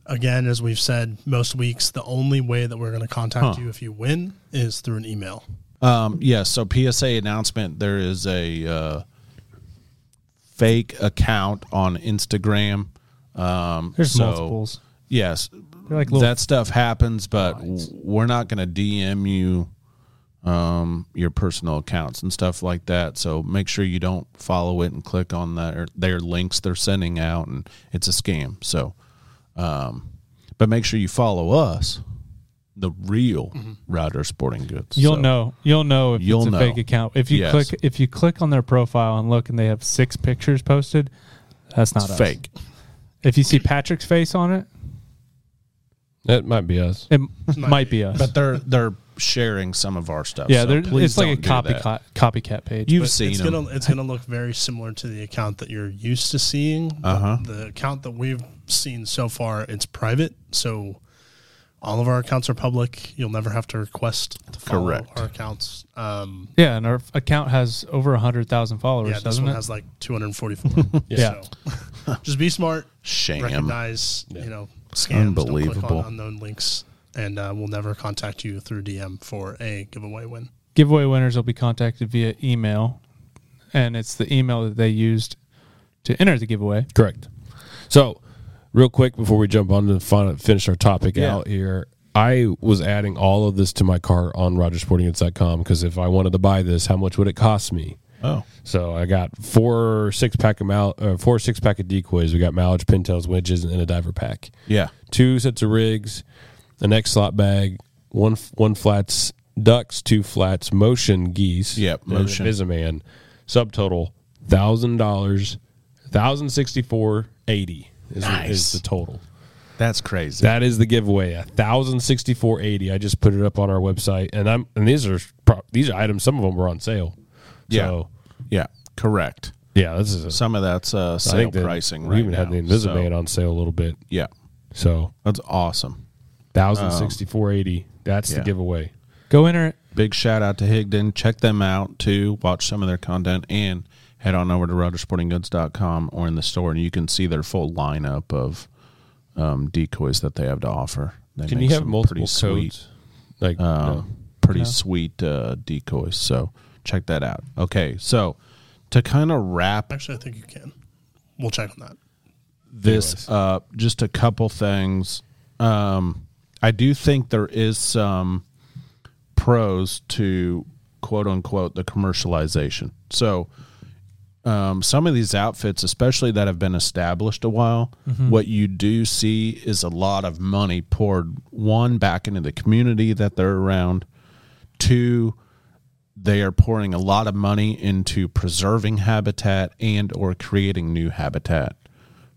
Speaker 2: Again, as we've said most weeks, the only way that we're going to contact you if you win is through an email.
Speaker 1: Um, yes. So PSA announcement: there is a uh, fake account on Instagram. Um,
Speaker 3: There's
Speaker 1: so-
Speaker 3: multiples.
Speaker 1: Yes,
Speaker 3: They're like little-
Speaker 1: that stuff happens, but w- we're not going to DM you um, your personal accounts and stuff like that. So make sure you don't follow it and click on that or their links they're sending out, and it's a scam. So, um, but make sure you follow us. The real
Speaker 3: Mm-hmm.
Speaker 1: Rider Sporting Goods.
Speaker 3: You'll
Speaker 1: So-
Speaker 3: know. You'll know if
Speaker 1: You'll
Speaker 3: it's a
Speaker 1: know.
Speaker 3: fake account. If you
Speaker 1: Yes.
Speaker 3: click if you click on their profile and look and they have six pictures posted, that's not
Speaker 1: It's
Speaker 3: us.
Speaker 1: fake.
Speaker 3: If you see Patrick's face on it,
Speaker 4: That might be us.
Speaker 3: it might, be us.
Speaker 1: But they're they're sharing some of our stuff.
Speaker 3: yeah,
Speaker 1: so
Speaker 3: they're,
Speaker 1: please
Speaker 3: it's like a
Speaker 1: don't do that.
Speaker 3: copycat copycat page.
Speaker 1: You've
Speaker 3: but-
Speaker 1: seen
Speaker 2: it's
Speaker 1: them.
Speaker 2: gonna it's gonna look very similar to the account that you're used to seeing. but
Speaker 1: Uh-huh.
Speaker 2: The account that we've seen so far, it's private, so all of our accounts are public. You'll never have to request to follow
Speaker 1: Correct.
Speaker 2: our accounts. Um,
Speaker 3: yeah, and our f- account has over hundred thousand followers,
Speaker 2: yeah, this
Speaker 3: doesn't
Speaker 2: one
Speaker 3: it?
Speaker 2: has like 244.
Speaker 3: Yeah.
Speaker 2: So, just be smart.
Speaker 1: Sham.
Speaker 2: Recognize, you know, scams. don't click on
Speaker 1: Unbelievable.
Speaker 2: unknown links, and uh, we'll never contact you through DM for a giveaway win.
Speaker 3: Giveaway winners will be contacted via email, and it's the email that they used to enter the giveaway.
Speaker 4: Correct. So, real quick before we jump on to the fin- finish our topic
Speaker 1: Yeah.
Speaker 4: out here, I was adding all of this to my cart on RogerSportingInsight.com because if I wanted to buy this, how much would it cost me?
Speaker 1: Oh,
Speaker 4: So I got four six pack of mal- uh, four six pack of decoys. We got mallage, pintails, wedges, and a diver pack.
Speaker 1: yeah.
Speaker 4: Two sets of rigs, an X slot bag, one f- one flats ducks, two flats motion geese.
Speaker 1: Yep, motion.
Speaker 4: is a man. Subtotal thousand dollars, thousand sixty four eighty is,
Speaker 1: Nice.
Speaker 4: is the total.
Speaker 1: That's crazy.
Speaker 4: That is the giveaway. A thousand sixty four eighty. I just put it up on our website, and I'm and these are pro- these are items. Some of them were on sale.
Speaker 1: Yeah.
Speaker 4: So,
Speaker 1: yeah, correct.
Speaker 4: yeah, this is a
Speaker 1: Some of that's uh,
Speaker 4: I
Speaker 1: sale
Speaker 4: think that
Speaker 1: pricing
Speaker 4: We
Speaker 1: right
Speaker 4: even
Speaker 1: now.
Speaker 4: had the
Speaker 1: so-
Speaker 4: Invisiman on sale a little bit.
Speaker 1: Yeah,
Speaker 4: So
Speaker 1: that's awesome.
Speaker 4: thousand sixty four eighty. That's
Speaker 1: Uh-huh. Yeah.
Speaker 4: the giveaway.
Speaker 3: Go enter it.
Speaker 1: Big shout out to Higdon. Check them out too. Watch some of their content and head on over to RogersportingGoods.com or in the store, and you can see their full lineup of um, decoys that they have to offer. They
Speaker 4: Can
Speaker 1: make
Speaker 4: you have
Speaker 1: some
Speaker 4: multiple
Speaker 1: pretty
Speaker 4: codes?
Speaker 1: sweet-
Speaker 4: Like
Speaker 1: um,
Speaker 4: no.
Speaker 1: pretty sweet uh, decoys. So check that out. Okay, so to kind of wrap
Speaker 2: Actually, I think you can. We'll check on that.
Speaker 1: this
Speaker 4: Anyways.
Speaker 1: up, just a couple things. Um, I do think there is some pros to quote unquote the commercialization. So um, some of these outfits, especially that have been established a while, what you do see is a lot of money poured one back into the community that they're around. Two, they are pouring a lot of money into preserving habitat and or creating new habitat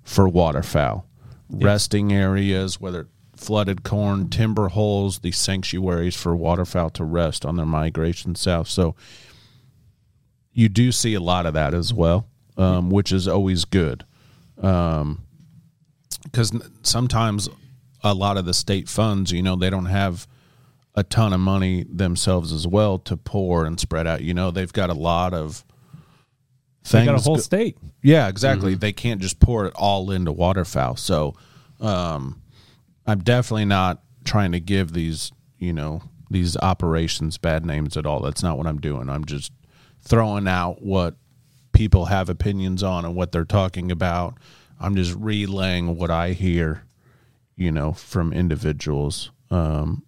Speaker 1: for waterfowl resting areas whether flooded corn timber holes these sanctuaries for waterfowl to rest on their migration south so you do see a lot of that as well um, which is always good because sometimes a lot of the state funds you know they don't have a ton of money themselves as well to pour and spread out you know they've got a lot of things
Speaker 3: They got a whole Mm-hmm.
Speaker 1: go-
Speaker 3: state.
Speaker 1: yeah, exactly. They can't just pour it all into waterfowl. So, um, I'm definitely not trying to give these, you know, these operations bad names at all. That's not what I'm doing. I'm just throwing out what people have opinions on and what they're talking about. I'm just relaying what I hear, you know, from individuals, um,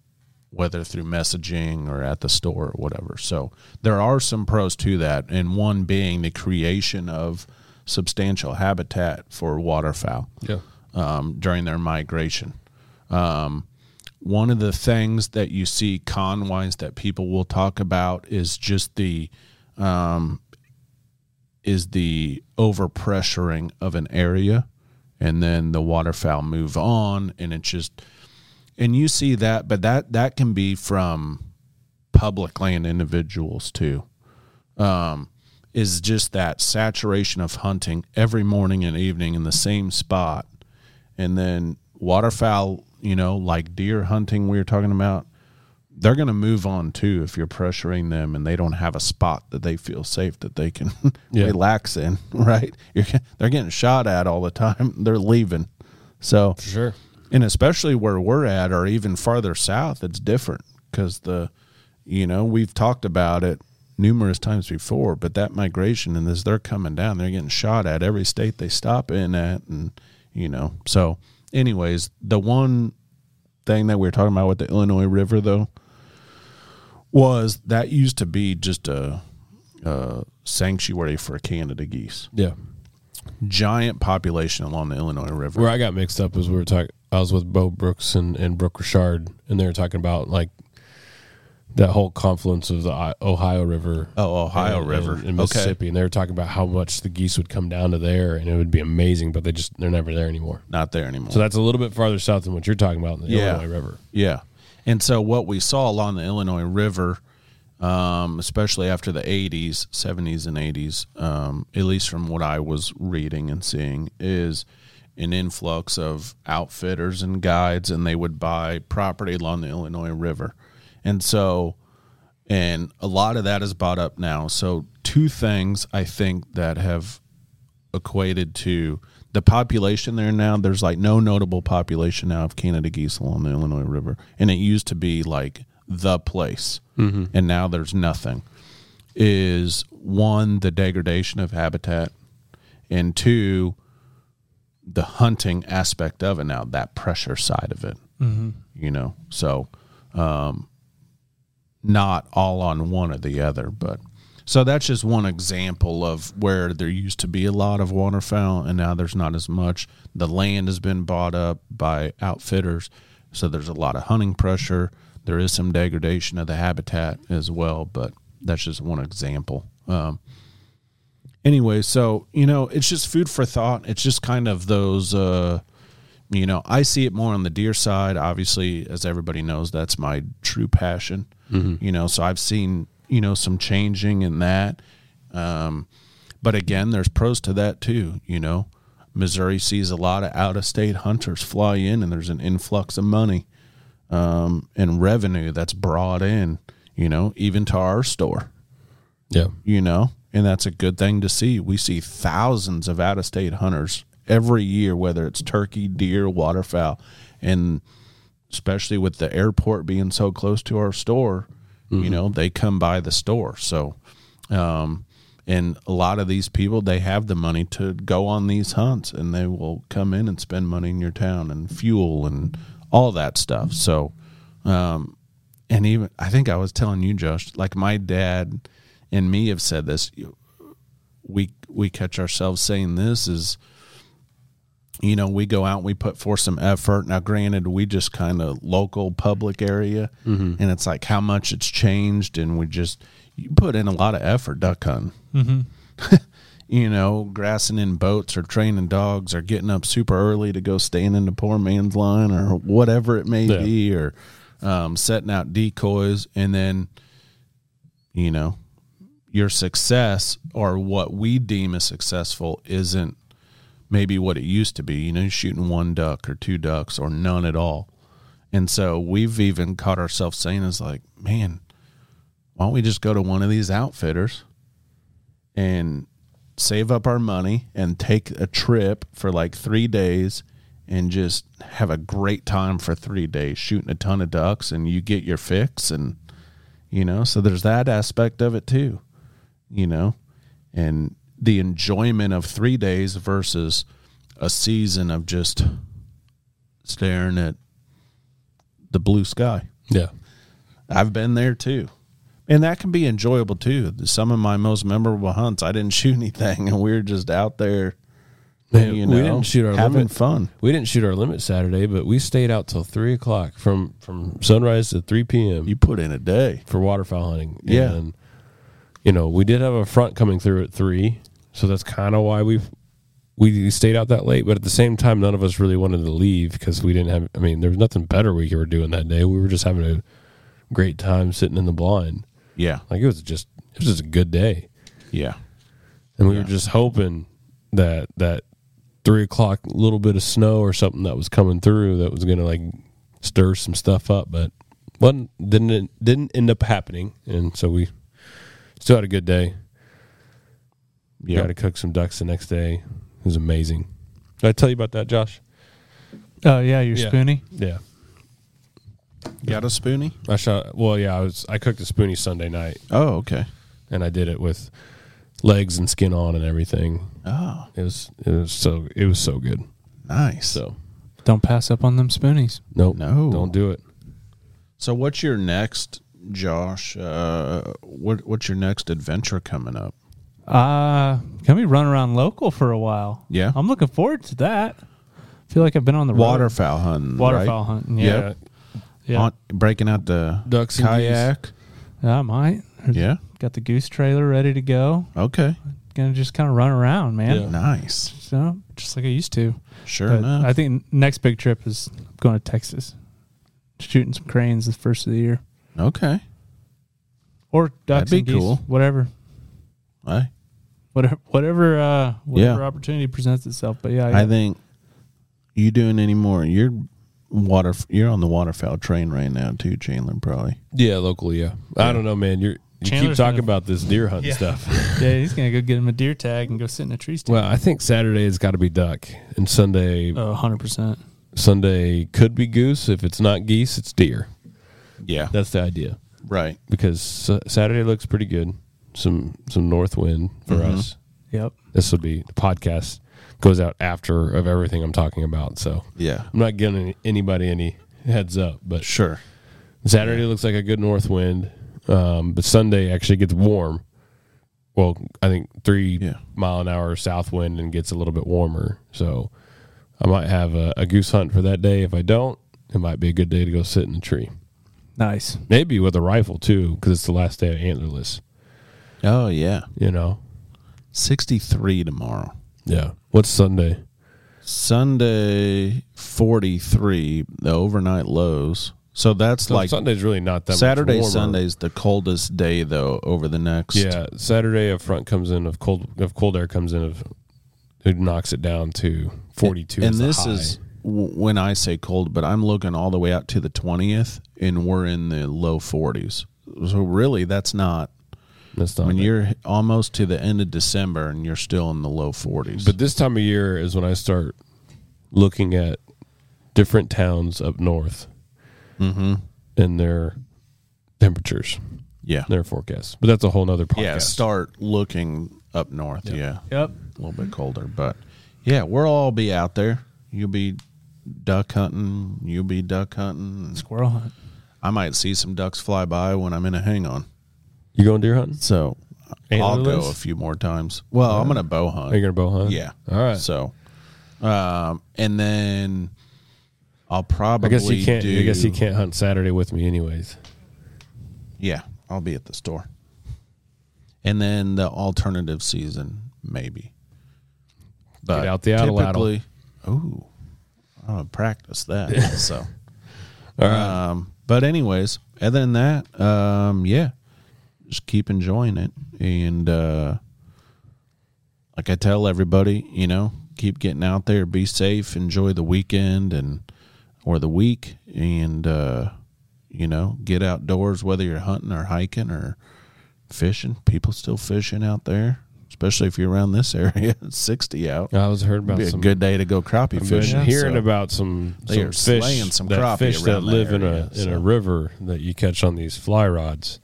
Speaker 1: whether through messaging or at the store or whatever. So there are some pros to that, and one being the creation of substantial habitat for waterfowl
Speaker 4: Yeah.
Speaker 1: um, during their migration. Um, one of the things that you see con wise that people will talk about is just the um, is the overpressuring of an area, and then the waterfowl move on, and it's just and you see that, but that that can be from public land individuals too Um, is just that saturation of hunting every morning and evening in the same spot. And then waterfowl, you know, like deer hunting we were talking about, they're going to move on too if you're pressuring them and they don't have a spot that they feel safe that they can
Speaker 4: Yeah.
Speaker 1: relax in, right? You're, they're getting shot at all the time. They're leaving. So,
Speaker 4: For sure.
Speaker 1: and especially where we're at or even farther south it's different because the you know we've talked about it numerous times before but that migration and this they're coming down they're getting shot at every state they stop in at and you know so anyways the one thing that we were talking about with the illinois river though was that used to be just a, a sanctuary for canada geese
Speaker 4: Yeah.
Speaker 1: giant population along the illinois river
Speaker 4: Where I got mixed up is we were talking. I was with Bo Brooks and and Brooke Richard, and they were talking about like that whole confluence of the I- Ohio River.
Speaker 1: oh ohio
Speaker 4: and-
Speaker 1: river
Speaker 4: and, and Mississippi, and they were talking about how much the geese would come down to there, and it would be amazing. But they just they're never there anymore.
Speaker 1: not there anymore
Speaker 4: So that's a little bit farther south than what you're talking about in the
Speaker 1: Yeah.
Speaker 4: Illinois River.
Speaker 1: Yeah. And so what we saw along the Illinois River, um, especially after the 80s, 70s, and 80s, um, at least from what I was reading and seeing, is an influx of outfitters and guides, and they would buy property along the Illinois River. And so, and a lot of that is bought up now. So, two things I think that have equated to the population there now. There's like no notable population now of Canada geese along the Illinois River, and it used to be like the place, and now there's nothing. Is one the degradation of habitat, and two the hunting aspect of it now that pressure side of it. You know, so not all on one or the other, but so that's just one example of where there used to be a lot of waterfowl and now there's not as much. The land has been bought up by outfitters, so there's a lot of hunting pressure. There is some degradation of the habitat as well, but that's just one example. Um, anyway, so you know, it's just food for thought. It's just kind of those uh you know, I see it more on the deer side. Obviously, as everybody knows, that's my true passion. You know, so I've seen, you know, some changing in that. Um, but again, there's pros to that too, you know. Missouri sees a lot of out of state hunters fly in and there's an influx of money um, and revenue that's brought in, you know, even to our store
Speaker 4: Yeah,
Speaker 1: you know, and that's a good thing to see. We see thousands of out of state hunters every year, whether it's turkey, deer, waterfowl, and especially with the airport being so close to our store, you know, they come by the store. So, um, and a lot of these people, they have the money to go on these hunts and they will come in and spend money in your town and fuel and all that stuff. So, um, and even I think I was telling you, Josh, like my dad and me have said this. you- We we catch ourselves saying this is, you know, we go out and we put forth some effort. Now, granted, we just kind of local public area, and it's like how much it's changed, and we just you put in a lot of effort duck hunting. you know, grassing in boats or training dogs or getting up super early to go stand in the poor man's line or whatever it may
Speaker 4: Yeah.
Speaker 1: be or um, setting out decoys. And then, you know, your success or what we deem as successful isn't maybe what it used to be. You know, you're shooting one duck or two ducks or none at all. And so we've even caught ourselves saying, is like, man, why don't we just go to one of these outfitters and save up our money and take a trip for like three days and just have a great time for three days shooting a ton of ducks and you get your fix and you know so there's that aspect of it too you know and the enjoyment of three days versus a season of just staring at the blue sky
Speaker 4: Yeah.
Speaker 1: I've been there too. And that can be enjoyable too. Some of my most memorable hunts, I didn't shoot anything and we were just out there
Speaker 4: Man,
Speaker 1: you
Speaker 4: we
Speaker 1: know,
Speaker 4: didn't shoot our
Speaker 1: having
Speaker 4: limit.
Speaker 1: fun.
Speaker 4: We didn't shoot our limit Saturday, but we stayed out till three o'clock from from sunrise to three p.m.
Speaker 1: You put in a day.
Speaker 4: for waterfowl hunting.
Speaker 1: Yeah.
Speaker 4: And, you know, we did have a front coming through at three, so that's kind of why we we stayed out that late. But at the same time, none of us really wanted to leave because we didn't have. I mean, there was nothing better we were doing that day. We were just having a great time sitting in the blind.
Speaker 1: Yeah.
Speaker 4: Like it was just it was just a good day,
Speaker 1: Yeah.
Speaker 4: and we were just hoping that that three o'clock little bit of snow or something that was coming through that was gonna like stir some stuff up, but wasn't didn't didn't end up happening, and so we still had a good day.
Speaker 1: Yeah.
Speaker 4: Got to cook some ducks the next day. It was amazing. Did I tell you about that, Josh?
Speaker 3: Oh yeah, your
Speaker 4: Yeah.
Speaker 3: spoonie.
Speaker 4: Yeah,
Speaker 1: Got a spoonie?
Speaker 4: I shot. Well, yeah, I was. I cooked a spoonie Sunday night,
Speaker 1: Oh, okay.
Speaker 4: and I did it with legs and skin on and everything.
Speaker 1: Oh,
Speaker 4: It was it was so it was so good.
Speaker 1: nice.
Speaker 4: So
Speaker 3: Don't pass up on them spoonies.
Speaker 4: nope,
Speaker 1: No.
Speaker 4: don't do it.
Speaker 1: So what's your next Josh? Uh what what's your next adventure coming up?
Speaker 3: Uh can we run around local for a while?
Speaker 1: Yeah.
Speaker 3: I'm looking forward to that. I feel like I've been on the road.
Speaker 1: Waterfowl hunting.
Speaker 3: waterfowl
Speaker 1: right?
Speaker 3: hunting. Yeah,
Speaker 1: Yep.
Speaker 3: yeah.
Speaker 1: On- breaking out the
Speaker 4: Ducks and
Speaker 1: kayak.
Speaker 3: I might.
Speaker 1: Yeah.
Speaker 3: Got the goose trailer ready to go.
Speaker 1: Okay.
Speaker 3: Gonna just kind of run around, man.
Speaker 4: Yeah.
Speaker 1: Nice.
Speaker 3: So just like I used to.
Speaker 1: Sure
Speaker 3: But
Speaker 1: enough.
Speaker 3: I think next big trip is going to Texas, shooting some cranes the first of the year,
Speaker 1: okay.
Speaker 3: or
Speaker 1: That'd
Speaker 3: ducks
Speaker 1: be
Speaker 3: and geese,
Speaker 1: cool.
Speaker 3: whatever,
Speaker 1: Right.
Speaker 3: whatever, whatever, uh, whatever opportunity presents itself. But yeah,
Speaker 1: I think you doing any more? You're water. You're on the waterfowl train right now too, Chandler. Probably.
Speaker 4: Yeah, locally. Yeah, I don't know, man. You're you keep
Speaker 3: Chandler's
Speaker 4: talking
Speaker 3: gonna-
Speaker 4: about this deer hunting stuff.
Speaker 3: yeah, he's gonna go get him a deer tag and go sit in a tree stand.
Speaker 4: well, I think Saturday has got to be duck, and Sunday
Speaker 3: Oh, 100 percent.
Speaker 4: Sunday could be goose. If it's not geese, it's deer.
Speaker 1: Yeah.
Speaker 4: That's the idea
Speaker 1: right.
Speaker 4: because Sa- Saturday looks pretty good. Some some north wind for
Speaker 3: Mm-hmm.
Speaker 4: us.
Speaker 3: Yep.
Speaker 4: This will be the podcast goes out after of everything I'm talking about. So
Speaker 1: Yeah.
Speaker 4: I'm not giving any- anybody any heads up, but
Speaker 1: Sure.
Speaker 4: Saturday looks like a good north wind, um, but Sunday actually gets warm. Well, I think three
Speaker 1: Yeah.
Speaker 4: mile an hour south wind and gets a little bit warmer. So I might have a, a goose hunt for that day. If I don't, it might be a good day to go sit in a tree.
Speaker 3: Nice.
Speaker 4: Maybe with a rifle too, because it's the last day of antlerless.
Speaker 1: Oh yeah.
Speaker 4: You know?
Speaker 1: Sixty three tomorrow.
Speaker 4: Yeah. What's Sunday?
Speaker 1: Sunday forty three. The overnight lows. So that's
Speaker 4: So
Speaker 1: like
Speaker 4: Sunday's really not that. much
Speaker 1: Saturday.
Speaker 4: warmer.
Speaker 1: Sunday's the coldest day though. Over the next.
Speaker 4: Yeah, Saturday a front comes in of cold of cold air comes in of it knocks it down to forty two.
Speaker 1: And this is w- when I say cold, but I'm looking all the way out to the 20th, and we're in the low 40s. So really, that's not
Speaker 4: that's not
Speaker 1: when
Speaker 4: bad.
Speaker 1: you're almost to the end of December and you're still in the low 40s.
Speaker 4: But this time of year is when I start looking at different towns up north
Speaker 1: Mm-hmm.
Speaker 4: and their temperatures,
Speaker 1: yeah,
Speaker 4: their forecasts. But that's a whole nother podcast.
Speaker 1: yeah, start looking up north. Yeah,
Speaker 3: Yep.
Speaker 1: a little bit colder, but yeah, we'll all be out there. You'll be duck hunting. You'll be duck hunting.
Speaker 3: Squirrel hunt.
Speaker 1: I might see some ducks fly by when I'm in a hang on.
Speaker 4: You going deer hunting?
Speaker 1: So I'll go
Speaker 4: Antlerless?
Speaker 1: a few more times. Well, I'm gonna bow hunt.
Speaker 4: Are you gonna bow hunt?
Speaker 1: Yeah.
Speaker 4: All right.
Speaker 1: So, um, and then I'll probably.
Speaker 4: I guess you can't.
Speaker 1: Do,
Speaker 4: I guess you can't hunt Saturday with me, anyways.
Speaker 1: Yeah, I'll be at the store. And then the alternative season, maybe. But
Speaker 4: out the atlatl.
Speaker 1: typically, ooh, I'm gonna practice that. so, um, but anyways, other than that, um, yeah, just keep enjoying it, and uh, like I tell everybody, you know, keep getting out there, be safe, enjoy the weekend and or the week, and uh, you know, get outdoors whether you're hunting or hiking or fishing. People still fishing out there, especially if you're around this area. It's sixty out.
Speaker 4: I was heard about
Speaker 1: Uh, Be a
Speaker 4: some
Speaker 1: good day to go crappie
Speaker 4: I've been
Speaker 1: fishing.
Speaker 4: hearing
Speaker 1: so-
Speaker 4: about some
Speaker 1: They
Speaker 4: some
Speaker 1: are
Speaker 4: fish,
Speaker 1: slaying some
Speaker 4: that
Speaker 1: crappie
Speaker 4: fish that
Speaker 1: around that
Speaker 4: live in a
Speaker 1: area,
Speaker 4: in a
Speaker 1: so.
Speaker 4: river that you catch on these fly rods.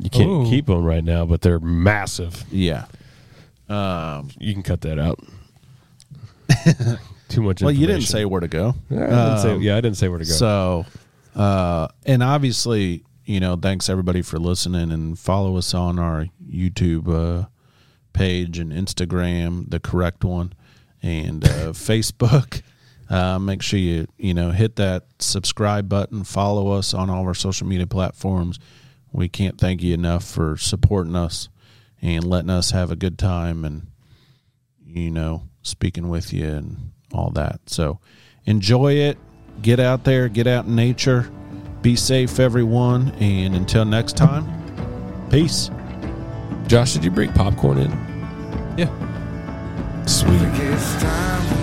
Speaker 4: You can't keep
Speaker 3: Ooh.
Speaker 4: 'em keep them right now, but they're massive.
Speaker 1: yeah.
Speaker 4: You can cut that out. Too much.
Speaker 1: Well, you didn't say
Speaker 4: information.
Speaker 1: where to go.
Speaker 4: Yeah, I didn't say-
Speaker 1: Um,
Speaker 4: yeah, I didn't say where to go.
Speaker 1: So, uh, and obviously, you know, thanks everybody for listening and follow us on our YouTube uh, page and Instagram, the correct one, and uh, Facebook. Uh, make sure you you know hit that subscribe button. Follow us on all of our social media platforms. We can't thank you enough for supporting us and letting us have a good time and you know, speaking with you and all that. So enjoy it. Get out there, get out in nature. Be safe, everyone. And until next time, peace.
Speaker 4: Josh, did you bring popcorn in?
Speaker 3: Yeah.
Speaker 4: Sweet.
Speaker 5: It's time for